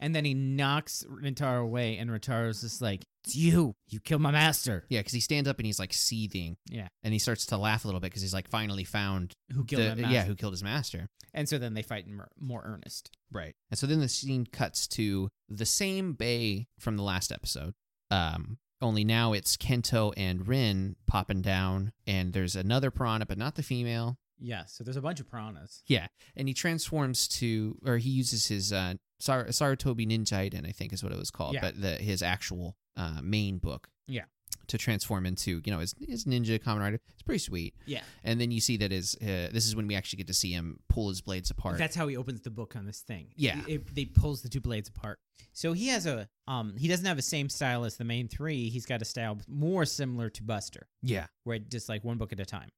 S2: and then he knocks Rintaro away, and Rintaro's just like, "It's you! You killed my master."
S1: Yeah, because he stands up and he's like seething.
S2: Yeah.
S1: And he starts to laugh a little bit because he's like finally found
S2: Who killed
S1: the-
S2: my master?
S1: yeah who killed his master.
S2: And so then they fight in more, more earnest.
S1: Right. And so then the scene cuts to the same bay from the last episode. Um, only now it's Kento and Rin popping down, and there's another piranha, but not the female.
S2: Yeah, so there's a bunch of piranhas.
S1: And he transforms to, or he uses his uh, Sar- Sarutobi Ninjaiden, I think is what it was called,
S2: Yeah.
S1: but the, his actual uh, main book.
S2: Yeah.
S1: To transform into, you know, his, his ninja common rider. It's pretty sweet.
S2: Yeah,
S1: and then you see that his uh, this is when we actually get to see him pull his blades apart.
S2: that's how he opens the book on this thing.
S1: Yeah.
S2: it, it- they pulls the two blades apart. So he has a um, he doesn't have the same style as the main three. He's got a style more similar to Buster,
S1: yeah,
S2: where it just like one book at a time.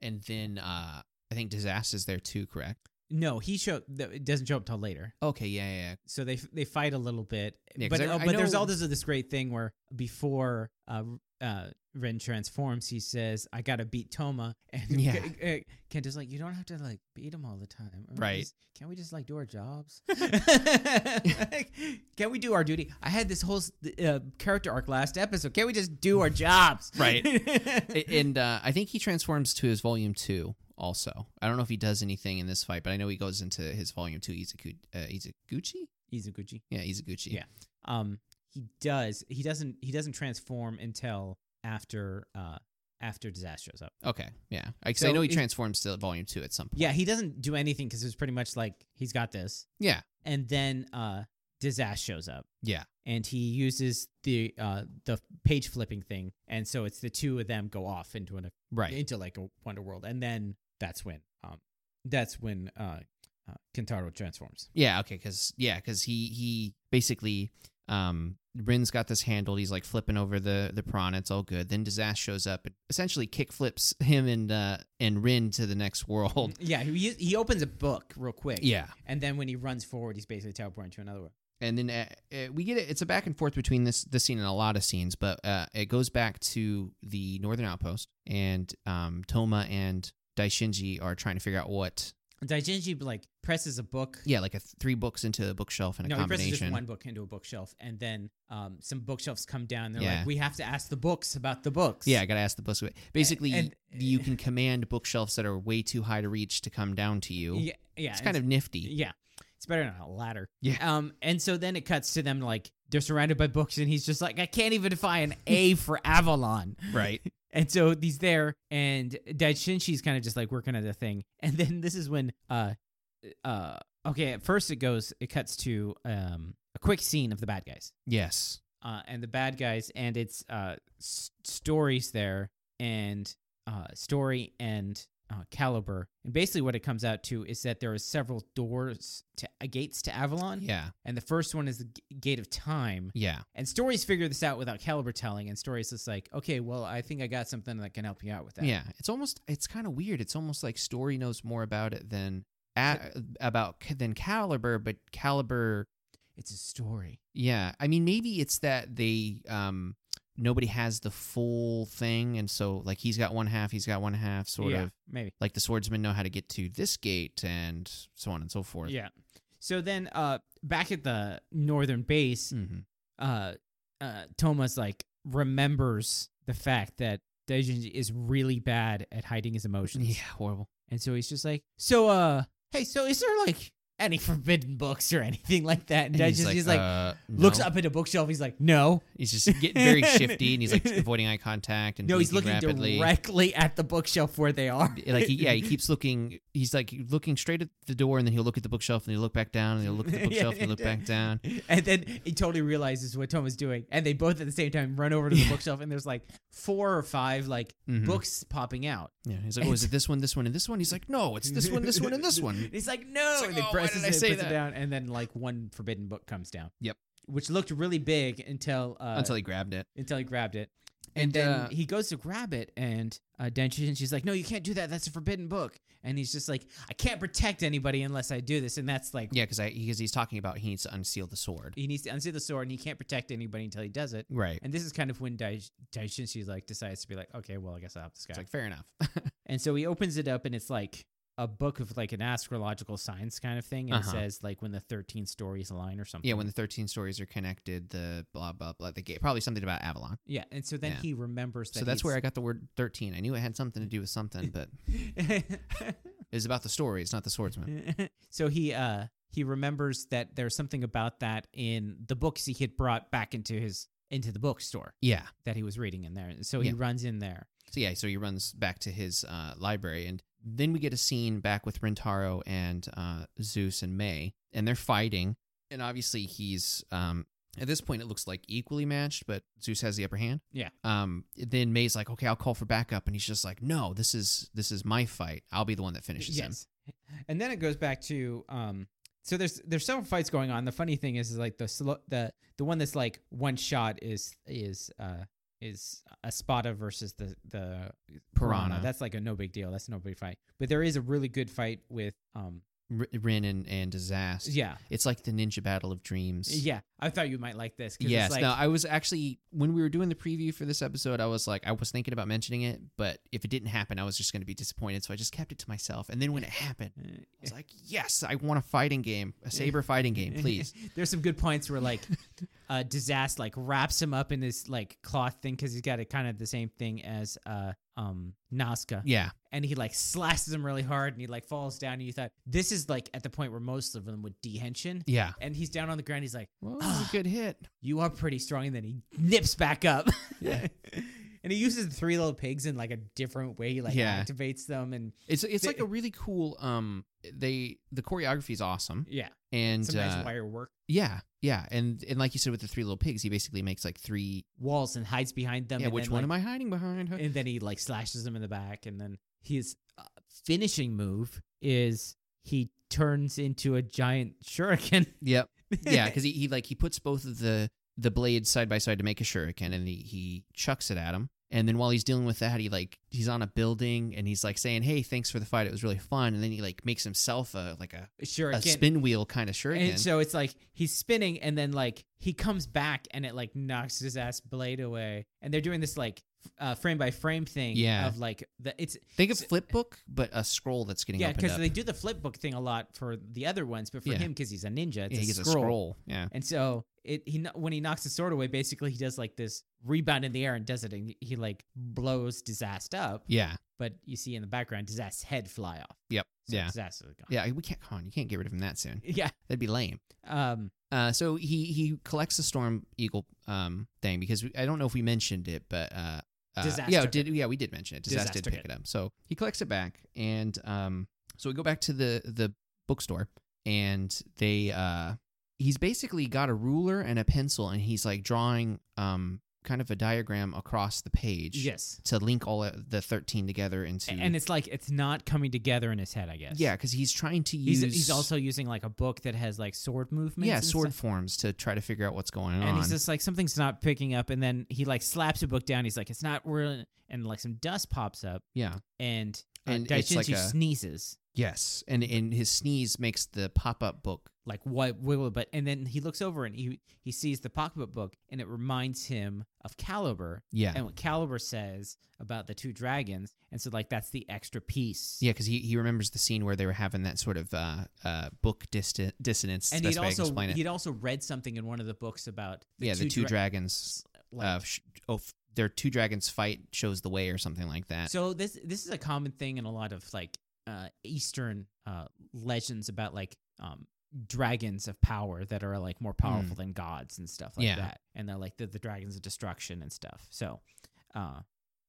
S1: and then uh, I think disaster's there too, correct?
S2: No, he show th- it doesn't show up till later.
S1: Okay, yeah, yeah, yeah.
S2: So they f- they fight a little bit,
S1: Yeah, 'cause
S2: but
S1: I-
S2: oh,
S1: I
S2: but there's
S1: know-
S2: all this this great thing where before uh, uh, Ren transforms, he says, "I gotta beat Toma," and
S1: Yeah.
S2: uh, Kenta's like, "You don't have to like beat him all the time, Or
S1: Right.
S2: just- Can't we just like do our jobs? Can we do our duty? I had this whole s- uh, character arc last episode. Can't we just do our jobs?
S1: Right. A- and uh, I think he transforms to his volume two. Also, I don't know if he does anything in this fight, but I know he goes into his volume two Izaku- uh, Izaguchi.
S2: Izuguchi.
S1: Yeah, Izaguchi.
S2: Yeah. Um, he does. He doesn't. He doesn't transform until after uh after disaster shows up.
S1: Okay. Yeah. I, 'cause I
S2: So
S1: know he
S2: it-
S1: transforms to volume two at some point.
S2: Yeah, he doesn't do anything because it's pretty much like he's got this.
S1: Yeah.
S2: And then uh disaster shows up.
S1: Yeah.
S2: And he uses the uh the page flipping thing, and so it's the two of them go off into an
S1: Right.
S2: into like a Wonder World, and then that's when um that's when uh, uh Kentaro transforms.
S1: Yeah. Okay. Because yeah, because he he basically um Rin's got this handled. He's like flipping over the the prawn. It's all good. Then Disaster shows up and essentially kick flips him and uh and Rin to the next world.
S2: Yeah, he he opens a book real quick.
S1: Yeah.
S2: And then when he runs forward, he's basically teleporting to another world.
S1: And then uh, uh, we get it. It's a back and forth between this this scene and a lot of scenes, but uh, it goes back to the Northern Outpost, and um, Toma and Daishinji are trying to figure out what.
S2: Daijinji like presses a book.
S1: Yeah, like a th- three books into a bookshelf and a
S2: no, he presses
S1: combination.
S2: just one book into a bookshelf, and then um, some bookshelves come down. They're
S1: Yeah.
S2: like, "We have to ask the books about the books."
S1: Yeah, I gotta ask the book. Basically,
S2: and-
S1: you can command bookshelves that are way too high to reach to come down to you.
S2: yeah, yeah.
S1: it's kind of nifty.
S2: yeah. It's better than a ladder.
S1: Yeah.
S2: Um, and so then it cuts to them like they're surrounded by books, and he's just like, "I can't even find an A for Avalon."
S1: Right.
S2: And so he's there, and Daichinshi's kind of just like working at the thing. And then this is when, uh, uh, okay, at first it goes, it cuts to um a quick scene of the bad guys.
S1: Yes.
S2: uh, and the bad guys, and it's uh, s- stories there, and uh, story and uh, caliber. And basically, what it comes out to is that there are several doors to uh, gates to Avalon,
S1: Yeah.
S2: and the first one is the g- gate of time.
S1: Yeah.
S2: And stories figure this out without caliber telling, and stories just like, okay, well, I think I got something that can help you out with that.
S1: Yeah. It's almost. It's kind of weird. It's almost like Story knows more about it than a about than Caliber, but Caliber
S2: it's a story.
S1: Yeah, I mean, maybe it's that they um nobody has the full thing, and so like he's got one half, he's got one half, sort
S2: yeah,
S1: of
S2: maybe.
S1: like the swordsmen know how to get to this gate and so on and so forth.
S2: Yeah. So then, uh, back at the northern base,
S1: hmm
S2: uh, uh, Thomas like remembers the fact that Daijin is really bad at hiding his emotions.
S1: Yeah, horrible.
S2: And so he's just like, so, uh, hey, so is there like any forbidden books or anything like that? And,
S1: And
S2: Daijin's just like,
S1: uh,
S2: looks
S1: no.
S2: up at a bookshelf. He's like, no,
S1: He's just getting very shifty, and he's like avoiding eye contact and
S2: no, he's looking
S1: blinking rapidly.
S2: directly at the bookshelf where they are.
S1: like he, yeah, he keeps looking. He's like looking straight at the door, and then he'll look at the bookshelf, and he'll look back down, and he'll look at the
S2: Yeah,
S1: bookshelf, and he'll look
S2: yeah.
S1: back down.
S2: And then he totally realizes what Tom is doing. And they both at the same time run over to the
S1: Yeah.
S2: bookshelf and there's like four or five like
S1: Mhm.
S2: books popping out.
S1: Yeah, he's like, oh, is it this one, this one, and this one? He's like, no, it's this one, this one, and this one.
S2: He's like, no.
S1: It's like,
S2: and he
S1: "Oh, why
S2: presses
S1: did I
S2: it,
S1: say
S2: puts it
S1: that?"
S2: down, and then like one forbidden book comes down.
S1: Yep.
S2: Which looked really big until uh,
S1: Until he grabbed it.
S2: until he grabbed it. And,
S1: And,
S2: then
S1: uh,
S2: he goes to grab it, and uh, Denshin, she's like, "No, you can't do that. That's a forbidden book." And he's just like, "I can't protect anybody unless I do this." And that's like,
S1: Yeah, because because he's talking about he needs to unseal the sword.
S2: he needs to unsee the sword, and he can't protect anybody until he does it.
S1: Right.
S2: And this is kind of when Dai- Daishin, she's like, decides to be like, "Okay, well, I guess I'll help this guy."
S1: It's like fair enough.
S2: And so he opens it up and it's like a book of like an astrological science kind of thing. And
S1: Uh-huh.
S2: it says like when the 13 stories align or something.
S1: yeah, when the thirteen stories are connected, the blah blah blah. The gate, probably something about Avalon.
S2: Yeah. And so then
S1: Yeah.
S2: he remembers that.
S1: So that's where I got the word thirteen. I knew it had something to do with something, but it's about the story. It's not the swordsman.
S2: I. so he, uh, he remembers that there's something about that in the books he had brought back into his into the bookstore
S1: Yeah.
S2: that he was reading in there. And so he
S1: Yeah.
S2: runs in there.
S1: So yeah, so he runs back to his uh, library, and then we get a scene back with Rentaro and uh, Zeus and May, and they're fighting. And obviously, he's um, at this point it looks like equally matched, but Zeus has the upper hand.
S2: Yeah.
S1: Um. Then May's like, "Okay, I'll call for backup," and he's just like, "No, this is this is my fight. I'll be the one that finishes him."
S2: And then it goes back to um so there's there's several fights going on. The funny thing is, is like the slow, the the one that's like one shot is is uh is Espada versus the the
S1: Piranha.
S2: That's like a no big deal. That's no big fight. But there is a really good fight with um
S1: R- Rin and and Disaster.
S2: yeah
S1: It's like the ninja battle of dreams.
S2: yeah. I thought you might like this. 'cause
S1: Yes.
S2: It's like,
S1: no, I was actually when we were doing the preview for this episode, I was like, I was thinking about mentioning it, but if it didn't happen, I was just going to be disappointed, so I just kept it to myself. And then when it happened, I was like, yes, I want a fighting game, a saber fighting game, please.
S2: There's some good points where like uh disaster like wraps him up in this like cloth thing because he's got it kind of the same thing as uh um Nazca.
S1: Yeah,
S2: and he like slashes him really hard and he like falls down and you thought this is like at the point where most of them would dehension
S1: yeah.
S2: and he's down on the ground he's like
S1: Well, that was a good hit.
S2: you are pretty strong and then he nips back up
S1: Yeah.
S2: and he uses the three little pigs in like a different way he like
S1: Yeah.
S2: activates them and
S1: It's it's
S2: They-
S1: like a really cool. Um, they the choreography is awesome,
S2: yeah
S1: and
S2: some nice
S1: uh,
S2: wire work
S1: yeah, yeah, and and like you said with the three little pigs, he basically makes like three.
S2: walls and hides behind them
S1: yeah,
S2: and
S1: which
S2: then,
S1: one
S2: like,
S1: am I hiding behind? Huh?
S2: and then he like slashes him in the back and then his uh, finishing move is he turns into a giant shuriken
S1: Yep. yeah, because he, he like he puts both of the the blades side by side to make a shuriken, and he, he chucks it at him. And then while he's dealing with that, he like he's on a building and he's like saying, "Hey, thanks for the fight. It was really fun." And then he like makes himself a like a,
S2: shuriken
S1: a spin wheel kind of shuriken.
S2: And so it's like he's spinning, and then like he comes back, and it like knocks his ass blade away. And they're doing this like f- uh, frame by frame thing
S1: Yeah.
S2: of like the it's
S1: Think of flip book, but a scroll that's getting
S2: yeah
S1: opened
S2: because
S1: up.
S2: they do the flip book thing a lot for the other ones, but for
S1: Yeah.
S2: him because he's a ninja, it's
S1: yeah,
S2: a,
S1: he gets
S2: scroll.
S1: a scroll. Yeah,
S2: And so it he kno- when he knocks the sword away, basically he does like this rebound in the air and does it, and he like blows disaster up.
S1: yeah,
S2: But you see in the background, disaster's head fly off.
S1: yep,
S2: So
S1: yeah,
S2: disaster gone.
S1: yeah. We can't come on. You can't get rid of him that soon.
S2: yeah.
S1: That'd be lame.
S2: Um,
S1: Uh, so he he collects the storm eagle um thing because we, I don't know if we mentioned it, but uh, uh
S2: Disaster
S1: yeah,
S2: took
S1: did yeah we did mention it. Disaster,
S2: Disaster
S1: did
S2: took
S1: pick it. up. So he collects it back, and um, so we go back to the the bookstore, and they uh, he's basically got a ruler and a pencil, and he's like drawing um kind of a diagram across the page.
S2: yes.
S1: To link all of the thirteen together into
S2: A- And it's like it's not coming together in his head, I guess.
S1: yeah, because he's trying to use
S2: He's, he's also using like a book that has like sword movements.
S1: yeah
S2: and
S1: sword
S2: stuff.
S1: forms to try to figure out what's going on.
S2: And he's just like something's not picking up, and then he like slaps a book down. He's like, "It's not real," and like some dust pops up,
S1: yeah.
S2: and
S1: And
S2: uh,
S1: it's like
S2: Daijinju
S1: a-
S2: sneezes.
S1: Yes, and and his sneeze makes the pop up book.
S2: like what wiggle but and then he looks over and he he sees the pocketbook and it reminds him of Caliber
S1: Yeah,
S2: and what Caliber says about the two dragons and so like that's the extra piece
S1: yeah, because he, he remembers the scene where they were having that sort of uh, uh, book dis- dissonance. is
S2: and
S1: the
S2: he'd
S1: best way I can
S2: also
S1: explain it.
S2: he'd also read something in one of the books about the
S1: yeah,
S2: two
S1: the two
S2: dra-
S1: dragons.
S2: like-
S1: uh, sh- oh, f- their two dragons fight shows the way or something like that.
S2: so this this is a common thing in a lot of like uh eastern uh legends about like um dragons of power that are like more powerful than gods and stuff like
S1: Mm. Yeah.
S2: that and they're like the, the dragons of destruction and stuff so uh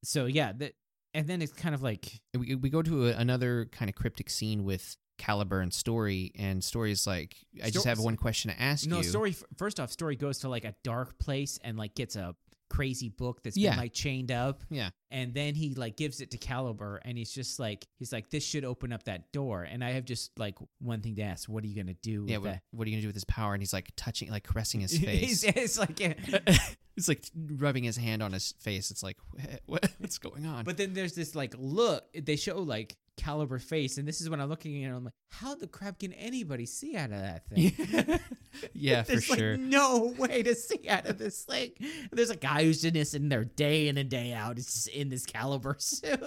S2: so yeah that and then it's kind of like
S1: we, we go to a, another kind of cryptic scene with Caliber and Story, and Story's like, I just
S2: Sto-
S1: have one question to ask
S2: no
S1: you.
S2: story f- first off story goes to like a dark place and like gets a crazy book that's
S1: Yeah.
S2: been like chained up
S1: Yeah.
S2: and then he like gives it to caliber and he's just like he's like this should open up that door and i have just like one thing to ask what are you gonna do
S1: yeah,
S2: with
S1: what,
S2: that?
S1: what are you gonna do with his power? And he's like touching, like caressing his face.
S2: He's- it's like
S1: it's like rubbing his hand on his face. It's like, what, what's going on?
S2: but then there's this like look they show like caliber face and this is when i'm looking at it i'm like how the crap can anybody see out of that thing
S1: yeah, for
S2: There's, like,
S1: sure.
S2: no way to see out of this thing. There's a guy who's in this in there day in and day out. It's just in this caliber suit.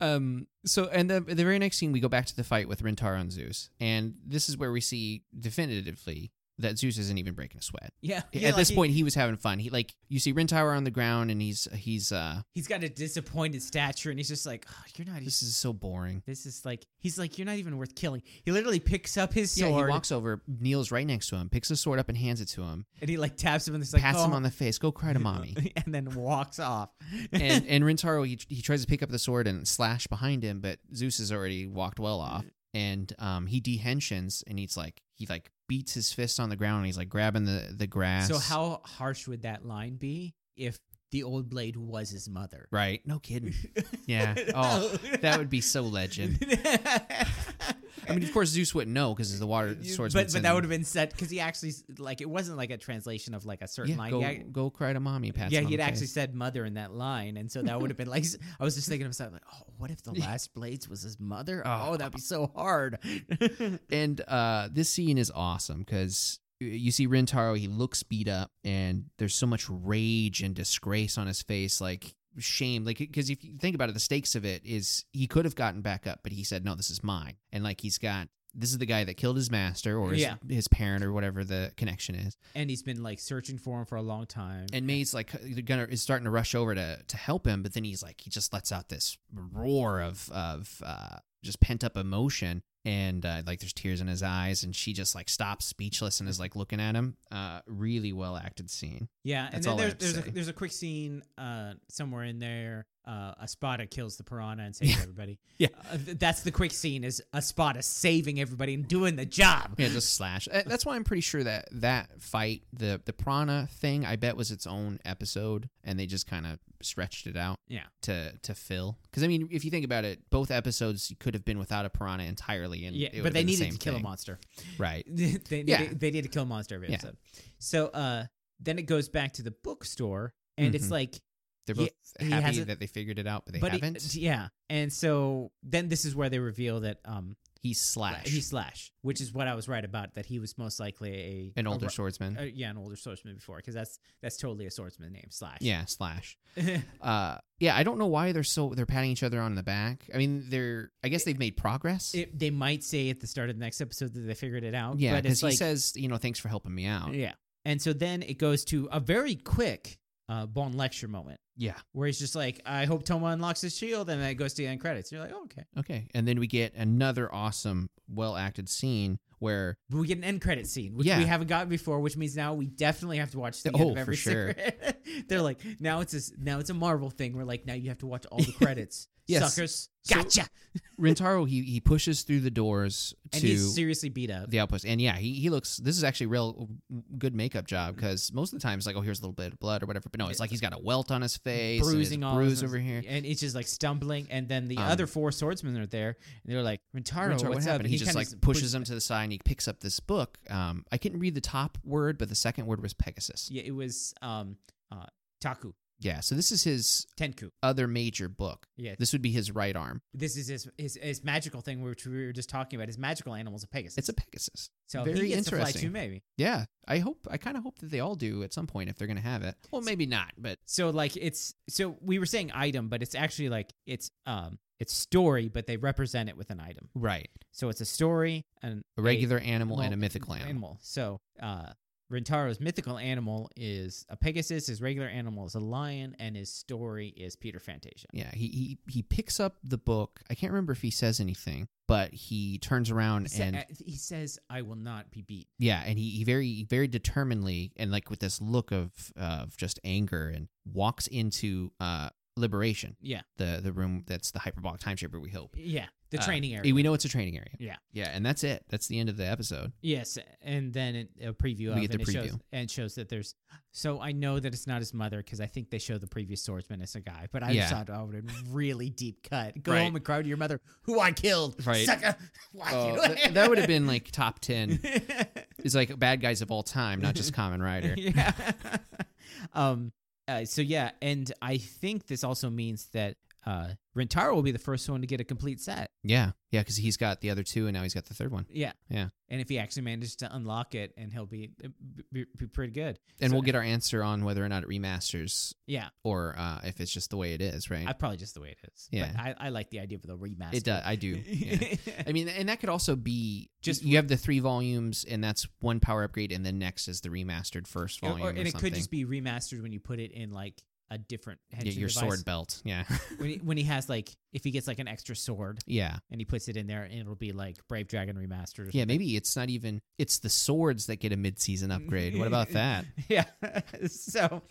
S1: Um. So, and the the very next scene, we go back to the fight with Rintaro and Zeus, and this is where we see definitively that Zeus isn't even breaking a sweat.
S2: yeah.
S1: At
S2: yeah, like
S1: this
S2: he-
S1: point, he was having fun. He like you see Rintaro on the ground, and he's he's uh
S2: he's got a disappointed stature, and he's just like, oh, "You're not." This,
S1: this is so boring.
S2: this is like he's like, "You're not even worth killing." He literally picks up his
S1: Yeah, he
S2: sword
S1: walks over, kneels right next to him, picks his sword up and hands it to him,
S2: and he like taps him, and he's like,
S1: pats him
S2: "Oh."
S1: on the face, go cry to mommy.
S2: and then walks off.
S1: and and Rintaro he he tries to pick up the sword and slash behind him, but Zeus has already walked well off, and um he dehensions and he's like he like beats his fist on the ground and he's like grabbing the the grass.
S2: so, how harsh would that line be if the old blade was his mother?
S1: Right? No kidding. Yeah. Oh, that would be so legend. I mean, of course Zeus wouldn't know because the water
S2: You-
S1: swords.
S2: But, but that would have been set because he actually s- like it wasn't like a translation of like a certain
S1: yeah,
S2: line.
S1: go,
S2: yeah,
S1: go cry to mommy, Pat.
S2: yeah, he had actually said mother in that line, and so that would have been like s- I was just thinking to myself like, oh, what if the
S1: Yeah.
S2: last blades was his mother?
S1: Oh.
S2: Oh, that'd be so hard.
S1: And uh, this scene is awesome because you see Rintaro, he looks beat up, and there's so much rage and disgrace on his face, like shame. Like, because if you think about it, the stakes of it is he could have gotten back up, but he said, no, this is mine. And like, he's got this is the guy that killed his master or his,
S2: Yeah.
S1: his parent or whatever the connection is.
S2: and he's been like searching for him for a long time.
S1: And May's like gonna is starting to rush over to to help him, but then he's like he just lets out this roar of of uh, just pent up emotion, and uh, like there's tears in his eyes, and she just like stops speechless and is like looking at him. Uh, really well acted scene.
S2: yeah, and
S1: That's
S2: then
S1: all I
S2: there's
S1: have to
S2: there's
S1: say.
S2: a, there's a quick scene uh, somewhere in there. Uh, Espada kills the piranha and saves everybody.
S1: Yeah.
S2: uh, th- that's the quick scene is Espada saving everybody and doing the job.
S1: Yeah, just slash. Uh, That's why I'm pretty sure that that fight, the the prana thing, I bet was its own episode, and they just kind of stretched it out.
S2: Yeah.
S1: To to fill, because I mean, if you think about it, both episodes could have been without a piranha entirely, and
S2: yeah,
S1: it would
S2: but
S1: have
S2: they
S1: been the
S2: needed
S1: same
S2: to kill a
S1: thing.
S2: monster.
S1: right?
S2: they, need
S1: Yeah.
S2: to, they need to kill a monster every
S1: Yeah.
S2: episode. So uh, then it goes back to the bookstore, and
S1: Mhm.
S2: it's like,
S1: They're
S2: He-
S1: both
S2: he
S1: happy
S2: hasn't-
S1: that they figured it out, but they
S2: but it-
S1: haven't.
S2: yeah. And so then this is where they reveal that um
S1: he's Slash,
S2: he's Slash, which is what I was right about that he was most likely a
S1: an
S2: a
S1: older
S2: ru-
S1: swordsman.
S2: uh, yeah, an older swordsman before, because that's that's totally a swordsman name, Slash.
S1: yeah, Slash.
S2: Yeah,
S1: Uh, yeah, I don't know why they're so they're patting each other on the back. I mean, they're I guess they've made progress.
S2: it, they might say at the start of the next episode that they figured it out.
S1: yeah,
S2: but
S1: because
S2: it's
S1: he
S2: like,
S1: says, you know, thanks for helping me out.
S2: yeah. And so then it goes to a very quick uh, Bond lecture moment.
S1: Yeah.
S2: where he's just like, I hope Toma unlocks his shield, and then it goes to the end credits. You're like, oh, okay.
S1: Okay, and then we get another awesome, well acted scene where
S2: But we get an end credit scene, which
S1: Yeah.
S2: we haven't gotten before, which means now we definitely have to watch the
S1: Oh,
S2: end of
S1: for
S2: every
S1: sure.
S2: secret. They're like, now it's a, now it's a Marvel thing. We're like, now you have to watch all the credits.
S1: Yes.
S2: Suckers.
S1: So-
S2: Gotcha.
S1: Rintaro he he pushes through the doors to
S2: and he's seriously beat up.
S1: the outpost. And yeah, he, he looks. This is actually a real good makeup
S2: Mm.
S1: job because most of the time it's like, oh, here's a little bit of blood or whatever. But no, it's like he's got a welt on his face, and his
S2: bruising all
S1: bruise
S2: over,
S1: over here.
S2: and it's just like stumbling. And then the
S1: Um,
S2: other four swordsmen are there, and they're like, "Rintaro,
S1: Rintaro,
S2: what's
S1: what
S2: up?"
S1: happened?
S2: And
S1: He, just
S2: kinda
S1: like pushes him to the side and he picks up this book. Um, I couldn't read the top word, but the second word was Pegasus.
S2: Yeah, it was um, uh, Taku.
S1: Yeah, so this is his
S2: Tenku.
S1: other major book.
S2: Yeah,
S1: This would be his right arm.
S2: this is his, his his magical thing which we were just talking about. His magical animal's a Pegasus.
S1: It's a Pegasus.
S2: so
S1: very
S2: he gets to fly
S1: interesting.
S2: too, maybe.
S1: Yeah, I hope. I kind of hope that they all do at some point if they're going to have it. Well, maybe not, but
S2: So like it's so we were saying item, but it's actually like it's um it's story, but they represent it with an item.
S1: right.
S2: So it's a story and
S1: A regular animal and a
S2: well,
S1: mythical animal.
S2: animal. So uh Rentaro's mythical animal is a Pegasus, his regular animal is a lion, and his story is Peter Fantasia.
S1: Yeah, he, he he picks up the book. I can't remember if he says anything, but he turns around
S2: He, sa-
S1: and
S2: uh, he says, I will not be beat.
S1: yeah, and he, he very very determinedly and like with this look of of just anger and walks into uh liberation,
S2: Yeah.
S1: the the room that's the hyperbolic time chamber. We hope
S2: Yeah. The
S1: Uh,
S2: training
S1: Eh,
S2: area.
S1: We know it's a training area.
S2: Yeah.
S1: yeah, and that's it. That's the end of the episode.
S2: Yes, and then it, a preview of
S1: We get
S2: and
S1: the
S2: it shows
S1: preview.
S2: and it shows that there's. So I know that it's not his mother because I think they show the previous swordsman as a guy, but I
S1: Yeah.
S2: thought I would really deep cut. Go
S1: Right.
S2: home and cry to your mother, who I killed,
S1: Right.
S2: sucker. Why
S1: Oh,
S2: you-
S1: that, that would have been like top ten.
S2: been.
S1: It's like bad guys of all time, not just Common Rider.
S2: yeah. um. uh, so yeah, and I think this also means that uh, Rentaro will be the first one to get a complete set.
S1: Yeah, yeah, because he's got the other two, and now he's got the third one.
S2: Yeah.
S1: Yeah.
S2: And if he actually manages to unlock it, and he'll be, uh, be, be pretty good.
S1: And
S2: So-
S1: we'll get our answer on whether or not it remasters
S2: Yeah.
S1: or uh, if it's just the way it is, right?
S2: I probably just the way it is.
S1: Yeah.
S2: But I, I like the idea of the remaster.
S1: it does. I do. Yeah. I mean, and that could also be
S2: Just-
S1: just you have the three volumes, and that's one power upgrade, and then next is the remastered first
S2: Or-
S1: volume, or,
S2: or- and it
S1: something.
S2: could just be remastered when you put it in like a different
S1: Yeah,
S2: henchin
S1: your
S2: device.
S1: sword belt. Yeah,
S2: when, he, when he has like, if he gets like an extra sword
S1: yeah,
S2: and he puts it in there, and it'll be like Brave Dragon remastered. Or
S1: yeah. Maybe it's not even it's the swords that get a mid-season upgrade. What about that?
S2: yeah. so,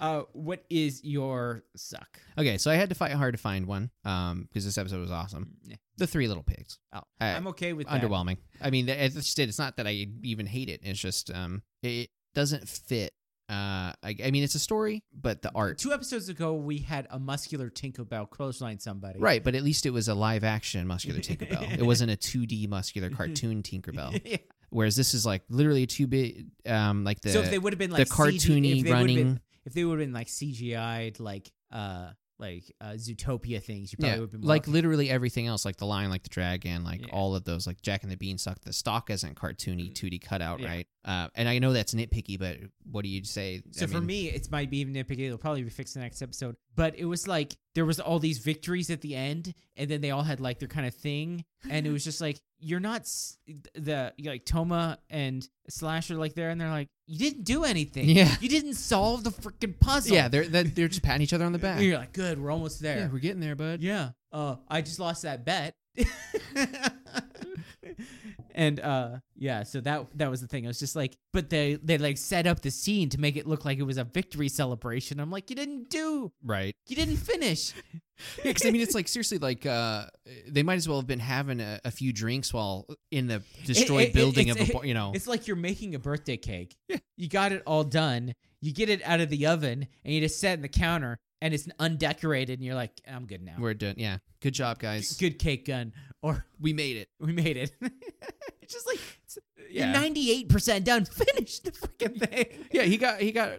S2: uh, what is your suck?
S1: Okay, so I had to fight hard to find one um, because this episode was awesome.
S2: Yeah.
S1: The Three Little Pigs.
S2: Oh,
S1: I-
S2: I'm okay with that.
S1: underwhelming. I mean, th- it's just it. It's not that I even hate it. It's just um, it doesn't fit. Uh, I, I mean, it's a story, but the art,
S2: Two episodes ago, we had a muscular Tinkerbell clothesline somebody.
S1: right? But at least it was a live action muscular Tinkerbell. it wasn't a two D muscular cartoon Tinkerbell.
S2: Yeah.
S1: Whereas this is like literally two big, um, like the
S2: so if they would have been like CG
S1: cartoony
S2: if they would've been-
S1: running-
S2: if they would have been like CGI'd, like uh, like uh, Zootopia things, you probably
S1: yeah,
S2: would have been more
S1: like literally everything else, like the lion, like the dragon, like
S2: Yeah. Mm.
S1: all of those, like Jack and the Beanstalk. The stock isn't cartoony, two D cutout,
S2: Yeah.
S1: right? Uh, and I know that's nitpicky, but what do you say?
S2: So
S1: I
S2: for
S1: mean,
S2: me, it might be even nitpicky. It'll probably be fixed in the next episode. But it was like there was all these victories at the end, and then they all had like their kind of thing, and it was just like you're not s- the you're like Toma and Slash are like there, and they're like you didn't do anything.
S1: Yeah.
S2: you didn't solve the freaking puzzle.
S1: yeah, they're they're they're just patting each other on the back.
S2: And you're like good. We're almost there.
S1: we're getting there, bud.
S2: Yeah. Uh, I just lost that bet. and uh, yeah, so that that was the thing. I was just like, but they they like set up the scene to make it look like it was a victory celebration. I'm like, you didn't do,
S1: Right.
S2: you didn't finish.
S1: Yeah, because I mean, it's like seriously, like uh, they might as well have been having a, a few drinks while in the destroyed
S2: it-
S1: building
S2: it's-
S1: of a, bar, you know.
S2: It's like you're making a birthday cake. You got it all done. You get it out of the oven, and you just set it in the counter, and it's undecorated, and you're like, I'm good now.
S1: We're done. Yeah. Good job, guys.
S2: good cake gun, or
S1: We made it.
S2: we made it. it's just like it's-
S1: Yeah.
S2: you're ninety eight percent done. Finish the freaking thing.
S1: Yeah, he got he got uh,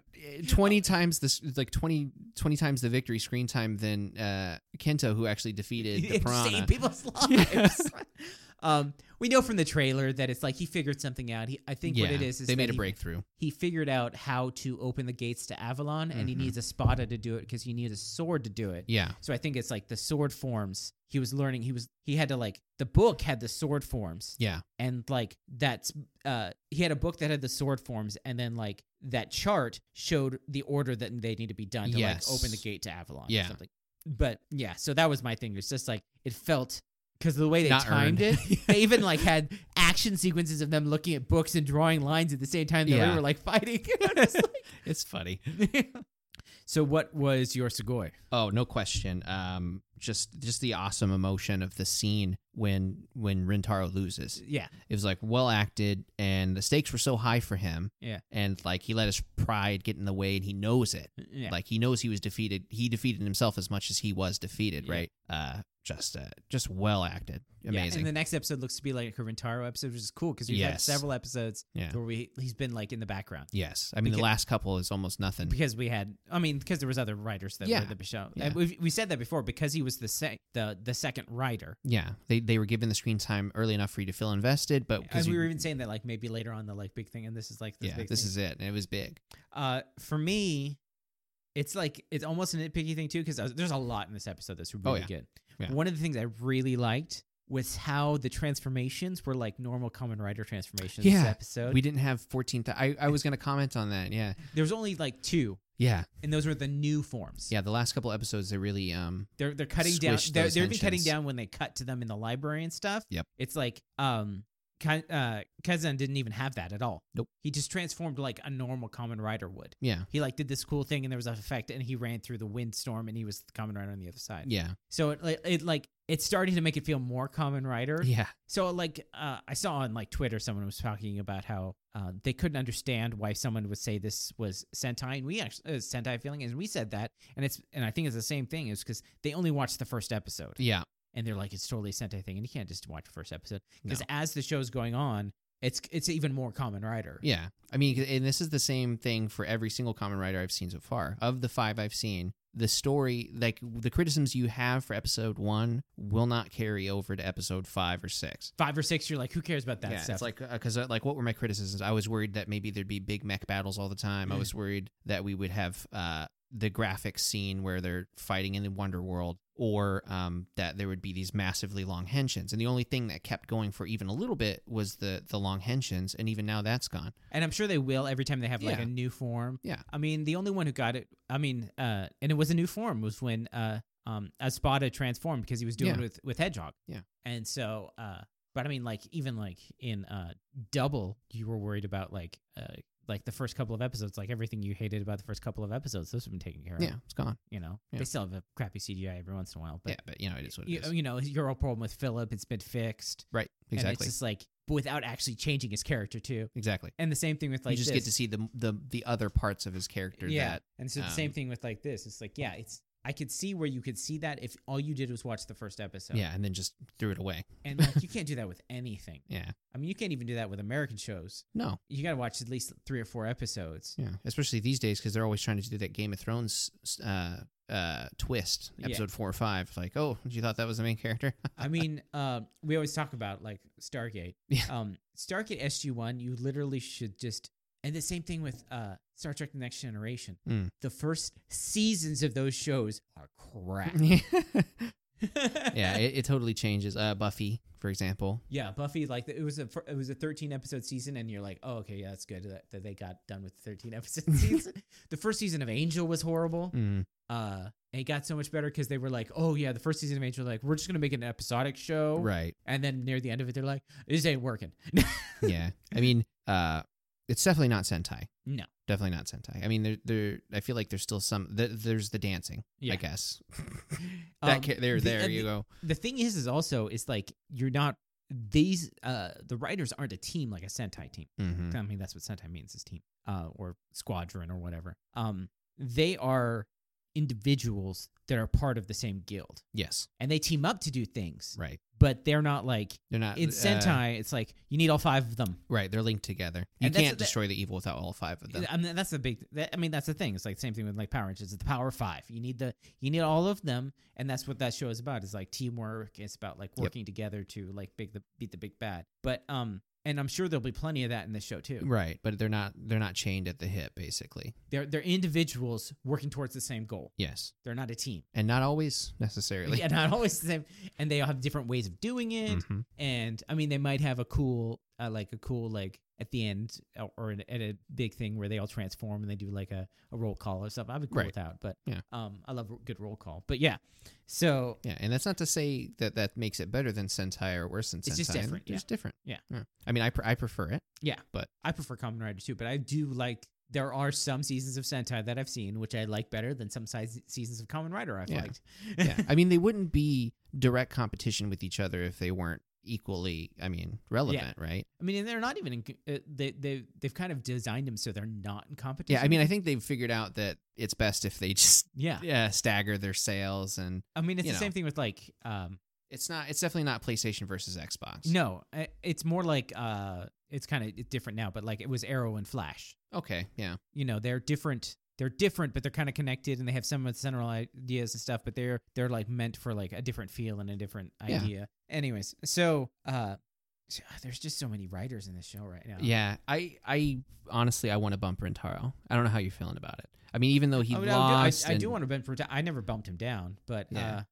S1: twenty times this like 20, 20 times the victory screen time than uh, Kento, who actually defeated the
S2: It saved
S1: piranha.
S2: people's lives. um, we know from the trailer that it's like he figured something out. He, I think
S1: yeah,
S2: what it is is
S1: they
S2: that
S1: made a
S2: he-
S1: breakthrough.
S2: He figured out how to open the gates to Avalon, and he
S1: Mhm.
S2: needs a spada to do it because he needs a sword to do it.
S1: Yeah,
S2: So I think it's like the sword forms. He was learning. He was he had to like the book had the sword forms.
S1: yeah,
S2: and like that's uh he had a book that had the sword forms and then like that chart showed the order that they need to be done to
S1: Yes.
S2: like open the gate to Avalon or
S1: Yeah.
S2: something. But yeah, so that was my thing. It's just like it felt because the way they
S1: Not
S2: timed
S1: earned.
S2: it, they even like had action sequences of them looking at books and drawing lines at the same time that we
S1: Yeah.
S2: were like fighting. And I was
S1: it's funny.
S2: like- so what was your Segoy?
S1: Oh, no question. Um, just just the awesome emotion of the scene when when Rintaro loses.
S2: Yeah,
S1: it was like well acted and the stakes were so high for him
S2: Yeah.
S1: and like he let his pride get in the way and he knows it
S2: yeah.
S1: like he knows he was defeated he defeated himself as much as he was defeated
S2: Yeah.
S1: right uh just uh, just well acted,
S2: And
S1: amazing.
S2: the next episode looks to be like a Rentaro episode, which is cool because we've had
S1: Yes.
S2: several episodes
S1: Yeah.
S2: where we he's been like in the background.
S1: yes, I mean the
S2: Beca-
S1: last couple is almost nothing.
S2: because we had i mean because there was other writers that
S1: Yeah.
S2: were the show
S1: Yeah.
S2: And we've, we said that before because he was the sec- the the second writer
S1: yeah, they they were given the screen time early enough for you to feel invested, but
S2: as
S1: because
S2: we were even saying that like maybe later on the like big thing and this is like the
S1: yeah,
S2: big
S1: this
S2: thing.
S1: is it, and it was big.
S2: uh for me it's like it's almost a nitpicky thing too because there's a lot in this episode that's really
S1: Oh, yeah.
S2: good
S1: Yeah.
S2: one of the things i really liked was how the transformations were like normal common writer transformations this
S1: Yeah.
S2: episode
S1: We didn't have fourteen. Th- I I was gonna comment on that. Yeah,
S2: there was only like two
S1: yeah,
S2: and those were the new forms
S1: yeah. The last couple episodes, they really um
S2: They're they're cutting down.
S1: Squish
S2: They're,
S1: those
S2: they're even cutting
S1: tensions.
S2: down when they cut to them in the library and stuff.
S1: Yep.
S2: It's like um, Ka- uh, Kazan didn't even have that at all.
S1: Nope.
S2: He just transformed like a normal common rider would.
S1: yeah
S2: He like did this cool thing and there was an effect and he ran through the windstorm and he was the common rider on the other side.
S1: yeah
S2: So it, like- it like it's starting to make it feel more common rider.
S1: yeah
S2: So like uh, I saw on like Twitter someone was talking about how uh, they couldn't understand why someone would say this was Sentai and we actually uh, Sentai feeling and we said that and it's and I think it's the same thing is because they only watched the first episode
S1: yeah
S2: and they're like it's totally a Sentai thing and you can't just watch the first episode
S1: No.
S2: because as the show's going on it's it's even more common writer
S1: yeah. I mean, 'cause- and this is the same thing for every single common writer I've seen so far. Of the five I've seen, the story, like the criticisms you have for episode one, will not carry over to episode five or six.
S2: five or six you're like who cares about that
S1: yeah,
S2: stuff
S1: it's like because uh, like what were my criticisms? I was worried that maybe there'd be big mech battles all the time. I was worried that we would have uh, the graphic scene where they're fighting in the Wonder World, or um, that there would be these massively long henshins. And the only thing that kept going for even a little bit was the the long henshins, and even now that's gone.
S2: And I'm sure they will every time they have like
S1: Yeah.
S2: a new form.
S1: Yeah.
S2: I mean, the only one who got it, I mean, uh, and it was a new form was when uh, um, Espada transformed because he was doing
S1: Yeah.
S2: it with with Hedgehog.
S1: Yeah.
S2: And so, uh, but I mean, like even like in uh, Double, you were worried about like uh, like the first couple of episodes, like everything you hated about the first couple of episodes, those have been taken care of.
S1: Yeah, it's gone.
S2: You know,
S1: Yeah.
S2: they still have a crappy CGI every once in a while, but
S1: yeah, but you know it is what it
S2: you,
S1: is.
S2: you know, your old problem with Philip, it's been fixed.
S1: right.
S2: And it's
S1: Exactly.
S2: just like without actually changing his character too.
S1: exactly.
S2: And the same thing with like
S1: you just
S2: this.
S1: get to see the the the other parts of his character.
S2: yeah.
S1: That,
S2: and so the same
S1: um,
S2: thing with like this. It's like, yeah, it's I could see where you could see that if all you did was watch the first episode.
S1: yeah, and then just threw it away.
S2: And like you can't do that with anything.
S1: Yeah.
S2: I mean, you can't even do that with American shows.
S1: No.
S2: You got to watch at least 3 or 4 episodes.
S1: Yeah. Especially these days because they're always trying to do that Game of Thrones uh, uh, twist,
S2: Yeah.
S1: episode four or five. It's Like, oh, you thought that was the main character?
S2: I mean, uh, we always talk about like Stargate.
S1: Yeah.
S2: Um, Stargate SG1, you literally should just. And the same thing with uh, Star Trek The Next Generation.
S1: Mm.
S2: The first seasons of those shows are crap.
S1: yeah. It, it totally changes. Uh, Buffy, for example.
S2: Yeah, Buffy like it was a fir- it was a 13 episode season and you're like, "Oh, okay, yeah, that's good that, that they got done with the 13 episode season." the first season of Angel was horrible.
S1: Mm.
S2: Uh it got so much better cuz they were like, "Oh yeah, the first season of Angel like we're just going to make it an episodic show."
S1: Right.
S2: And then near the end of it they're like, "This ain't working."
S1: yeah. I mean, uh, it's definitely not Sentai.
S2: No.
S1: Definitely not Sentai. I mean, there, there. I feel like there's still some. Th- there's the dancing.
S2: Yeah.
S1: I guess. that
S2: Um,
S1: ca- there,
S2: the-
S1: there
S2: and
S1: you
S2: the-
S1: go.
S2: The thing is is also is like you're not these uh the writers aren't a team like a Sentai team.
S1: Mm-hmm.
S2: I mean, that's what Sentai means is team uh, or squadron or whatever. Um, they are individuals that are part of the same guild
S1: Yes,
S2: and they team up to do things,
S1: right.
S2: but they're not like
S1: They're not
S2: in
S1: uh,
S2: Sentai, it's like you need all five of them.
S1: right, they're linked together. You
S2: And that's
S1: can't
S2: the-
S1: destroy the evil without all five of them.
S2: I mean, that's the big. That, I mean, that's the thing. It's like same thing with like Power Rangers. It's the Power Five. You need the you need all of them, and that's what that show is about. Is like teamwork. It's about like
S1: Yep.
S2: working together to like big the beat the big bad. But um, and I'm sure there'll be plenty of that in this show too.
S1: Right, but they're not. They're not chained at the hip, basically.
S2: They're they're individuals working towards the same goal.
S1: Yes,
S2: They're not a team.
S1: and not always necessarily.
S2: Yeah, not always the same. And they all have different ways of doing it.
S1: Mhm.
S2: And I mean, they might have a cool, uh, like a cool, like at the end uh, or an, at a big thing where they all transform and they do like a, a roll call or something. I'd be cool
S1: Right.
S2: with that. But
S1: Yeah.
S2: um, I love a good roll call. But yeah, so
S1: Yeah, and that's not to say that that makes it better than Sentai or worse than Sentai.
S2: It's just different,
S1: It's
S2: yeah.
S1: just different.
S2: Yeah.
S1: I mean, I pre- I prefer it.
S2: I prefer Kamen Rider too, but I do like. There are some seasons of Sentai that I've seen which I like better than some size seasons of Kamen Rider I've
S1: Yeah.
S2: liked.
S1: yeah. I mean, they wouldn't be direct competition with each other if they weren't equally, I mean, relevant, right?
S2: I mean, and they're not even in, co- uh, they they they've kind of designed them so they're not in competition.
S1: Yeah. I mean, I think they've figured out that it's best if they just
S2: Yeah.
S1: uh, stagger their sales and
S2: I mean, it's
S1: you
S2: the same
S1: know.
S2: thing with like, um,
S1: it's not it's definitely not PlayStation versus Xbox.
S2: no, I- it's more like, uh, it's kind of it's different now, but like it was Arrow and Flash.
S1: Okay, yeah.
S2: You know, they're different. They're different, but they're kind of connected, and they have some central ideas and stuff. But they're they're like meant for like a different feel and a different
S1: Yeah.
S2: idea. Anyways, so uh, there's just so many writers in this show right now.
S1: Yeah. I I honestly I want to bump Rintaro. I don't know how you're feeling about it. I mean even though he
S2: I, mean, I do- I-
S1: lost
S2: I, do
S1: and-
S2: want to bump him down. I never bumped him down, but
S1: Yeah.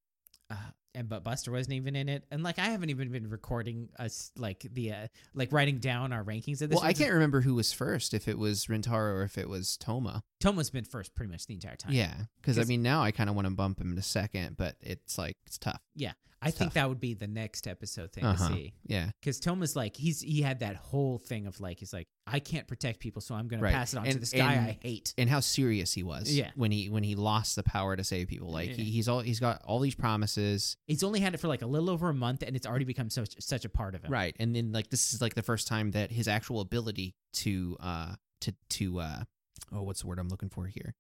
S2: uh, uh, and but Buster wasn't even in it, and like I haven't even been recording us like the uh, like writing down our rankings of this.
S1: Well, I
S2: It's-
S1: can't remember who was first if it was Rintaro or if it was Toma.
S2: Toma's been first pretty much the entire time.
S1: Yeah, because I
S2: 'Cause-
S1: mean now I kind of want to bump him to second, but it's like it's tough.
S2: I
S1: it's
S2: think
S1: tough.
S2: that would be the next episode thing
S1: Uh-huh.
S2: to see
S1: Yeah,
S2: because Toma's like he's he had that whole thing of like he's like I can't protect people, so I'm gonna
S1: Right.
S2: pass it on to
S1: And-
S2: this guy
S1: and-
S2: I hate.
S1: and how serious he was.
S2: Yeah.
S1: when he when he lost the power to save people, like he,
S2: Yeah.
S1: he's all he's got all these promises.
S2: He's only had it for like a little over a month, and it's already become such such a part of him.
S1: Right, and then like this is like the first time that his actual ability to uh to to uh oh what's the word I'm looking for here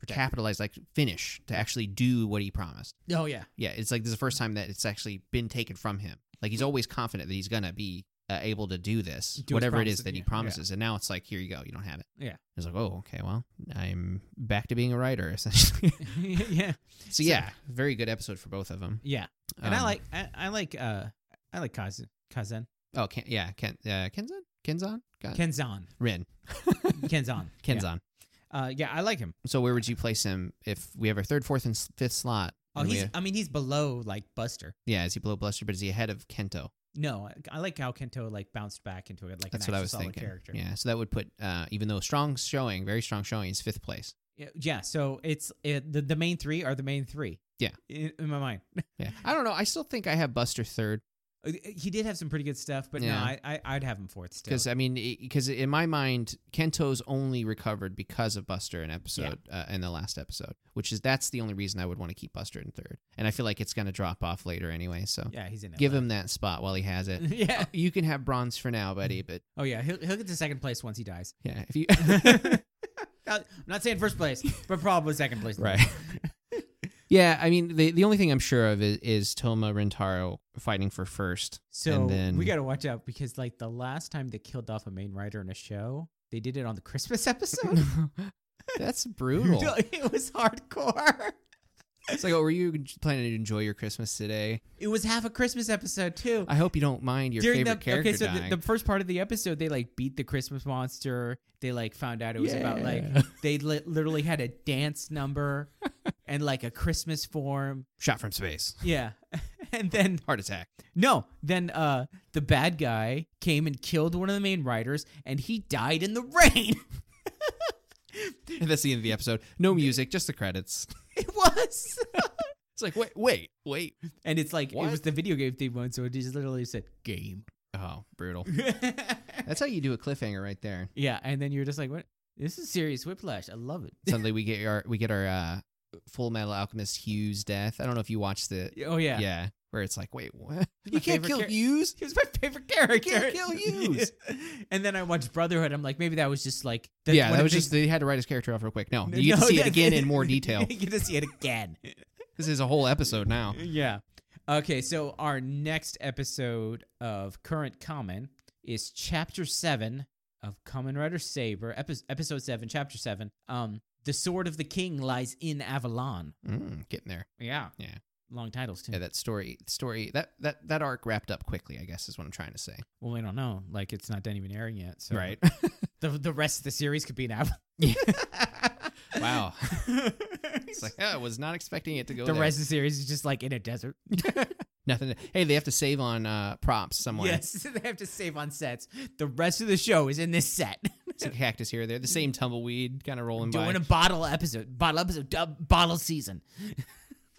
S2: Protect.
S1: capitalize like finish to actually do what he promised.
S2: Oh yeah.
S1: Yeah, it's like this is the first time that it's actually been taken from him. Like he's always confident that he's gonna be uh, able to do this,
S2: Hmm. Do his
S1: whatever it is
S2: promises,
S1: that he
S2: yeah, yeah.
S1: promises. And now it's like, here you go, you don't have it.
S2: Yeah.
S1: It's like, oh, okay, well, I'm back to being a writer essentially.
S2: yeah.
S1: so yeah, very good episode for both of them.
S2: Yeah. And
S1: Um,
S2: I like I, I like uh I like Kazen Kazen
S1: oh, Ken, yeah, Ken, uh, Kenzan, Kenzan, Ken-
S2: Kenzan
S1: Rin,
S2: Kenzan
S1: Uh, Kenzan.
S2: Yeah. Uh, yeah, I like him.
S1: So where would you place him if we have our third, fourth, and s- fifth slot?
S2: Oh,
S1: and we-
S2: he's I mean he's below like Buster.
S1: yeah, is he below Bluster, but is he ahead of Kento?
S2: No, I, I like how Kento like bounced back into it like
S1: That's
S2: an
S1: what I
S2: actual
S1: was
S2: solid
S1: thinking.
S2: character.
S1: Yeah, so that would put, uh, even though strong showing, very strong showing, he's fifth place.
S2: Yeah, yeah, so it's it, the the main three are the main three.
S1: Yeah.
S2: in, in my mind,
S1: Yeah, I don't know. I still think I have Buster third
S2: Uh, he did have some pretty good stuff, but
S1: Yeah.
S2: no, I, I I'd have him fourth still.
S1: because I mean, because in my mind, Kento's only recovered because of Buster in episode uh, in the last episode, which is that's the only reason I would want to keep Buster in third, and I feel like it's gonna drop off later anyway. So
S2: yeah, he's in.
S1: uh, give him that spot while he has it.
S2: yeah.
S1: you can have bronze for now, buddy, but
S2: Oh yeah, he'll he'll get to second place once he dies.
S1: yeah, if you
S2: I'm not saying first place, but probably second place.
S1: Right. yeah, I mean, the the only thing I'm sure of is, is Toma Rentaro fighting for first.
S2: So
S1: then-
S2: we got to watch out because, like, the last time they killed off a main writer in a show, they did it on the Christmas episode.
S1: that's brutal.
S2: it was hardcore.
S1: It's like, oh, were you planning to enjoy your Christmas today?
S2: It was half a Christmas episode too.
S1: I hope you don't mind your
S2: During
S1: favorite
S2: the
S1: character
S2: okay, so
S1: dying.
S2: the, the first part of the episode, they like beat the Christmas monster. They like found out it was about like
S1: Yeah.
S2: they li- literally had a dance number and like a Christmas form.
S1: Shot from space,
S2: Yeah, and then
S1: heart attack.
S2: No, then uh the bad guy came and killed one of the main writers and he died in the rain.
S1: That's the end of the episode. No music, just the credits.
S2: it was.
S1: It's like, wait, wait, wait.
S2: and it's like
S1: What?
S2: it was the video game theme one, so it just literally said game.
S1: Oh, brutal. That's how you do a cliffhanger right there.
S2: yeah, and then you're just like, What this is serious whiplash. I love it.
S1: Suddenly we get our we get our uh, Full Metal Alchemist Hughes death. I don't know if you watched the
S2: Oh yeah.
S1: yeah, where it's like, wait, what?
S2: My
S1: You can't
S2: favorite
S1: kill
S2: char-
S1: Hughes.
S2: He was my favorite character.
S1: kill Hughes.
S2: and then I watched Brotherhood. I'm like, maybe that was just like that's
S1: yeah,
S2: one
S1: that
S2: of
S1: was
S2: the
S1: just
S2: things-
S1: they had to write his character off real quick. No, you get
S2: No,
S1: to see it
S2: that's-
S1: again in more detail.
S2: you get to see it again.
S1: This is a whole episode now.
S2: Yeah. Okay, so our next episode of Current Common is chapter 7 of Common Rider Saber, epi- episode 7, chapter 7. Um The Sword of the King lies in Avalon.
S1: Mm, getting there.
S2: Yeah.
S1: Yeah.
S2: Long titles too.
S1: Yeah, that story, story that that that arc wrapped up quickly. I guess is what I'm trying to say.
S2: well, we don't know. Like it's not done even airing yet. So
S1: Right.
S2: The the rest of the series could be in Avalon.
S1: wow.
S2: it's
S1: It's like "Yeah, I was not expecting it to go.
S2: the
S1: there."
S2: rest of the series is just like in a desert.
S1: Nothing. Hey, they have to save on uh, props somewhere.
S2: Yes, they have to save on sets. The rest of the show is in this set.
S1: It's a cactus here, or there. The same tumbleweed kind of rolling by.
S2: doing a bottle episode, bottle episode, dub- bottle season.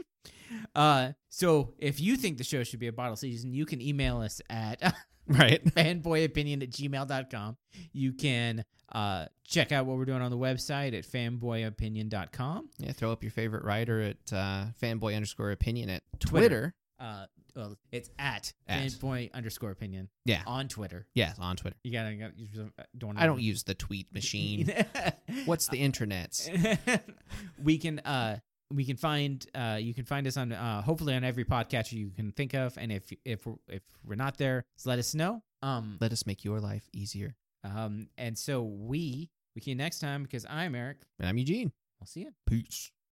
S2: uh, so if you think the show should be a bottle season, you can email us at
S1: right.
S2: fanboyopinion at gmail.com. You can uh, check out what we're doing on the website at fanboyopinion.com.
S1: Yeah. Throw up your favorite writer at uh, fanboy underscore opinion at
S2: Twitter.
S1: Twitter.
S2: Uh, well, it's at,
S1: At.
S2: fanboy underscore opinion.
S1: Yeah.
S2: on Twitter.
S1: Yes, on Twitter.
S2: You gotta. You gotta- you don't wanna-
S1: I don't use the tweet machine. What's the internet's?
S2: we can uh we can find uh you can find us on uh hopefully on every podcast you can think of and if if we're, if we're not there just let us know um
S1: Let us make your life easier.
S2: um and so we we see you next time because I'm Eric
S1: And I'm Eugene.
S2: I'll see you
S1: Peace.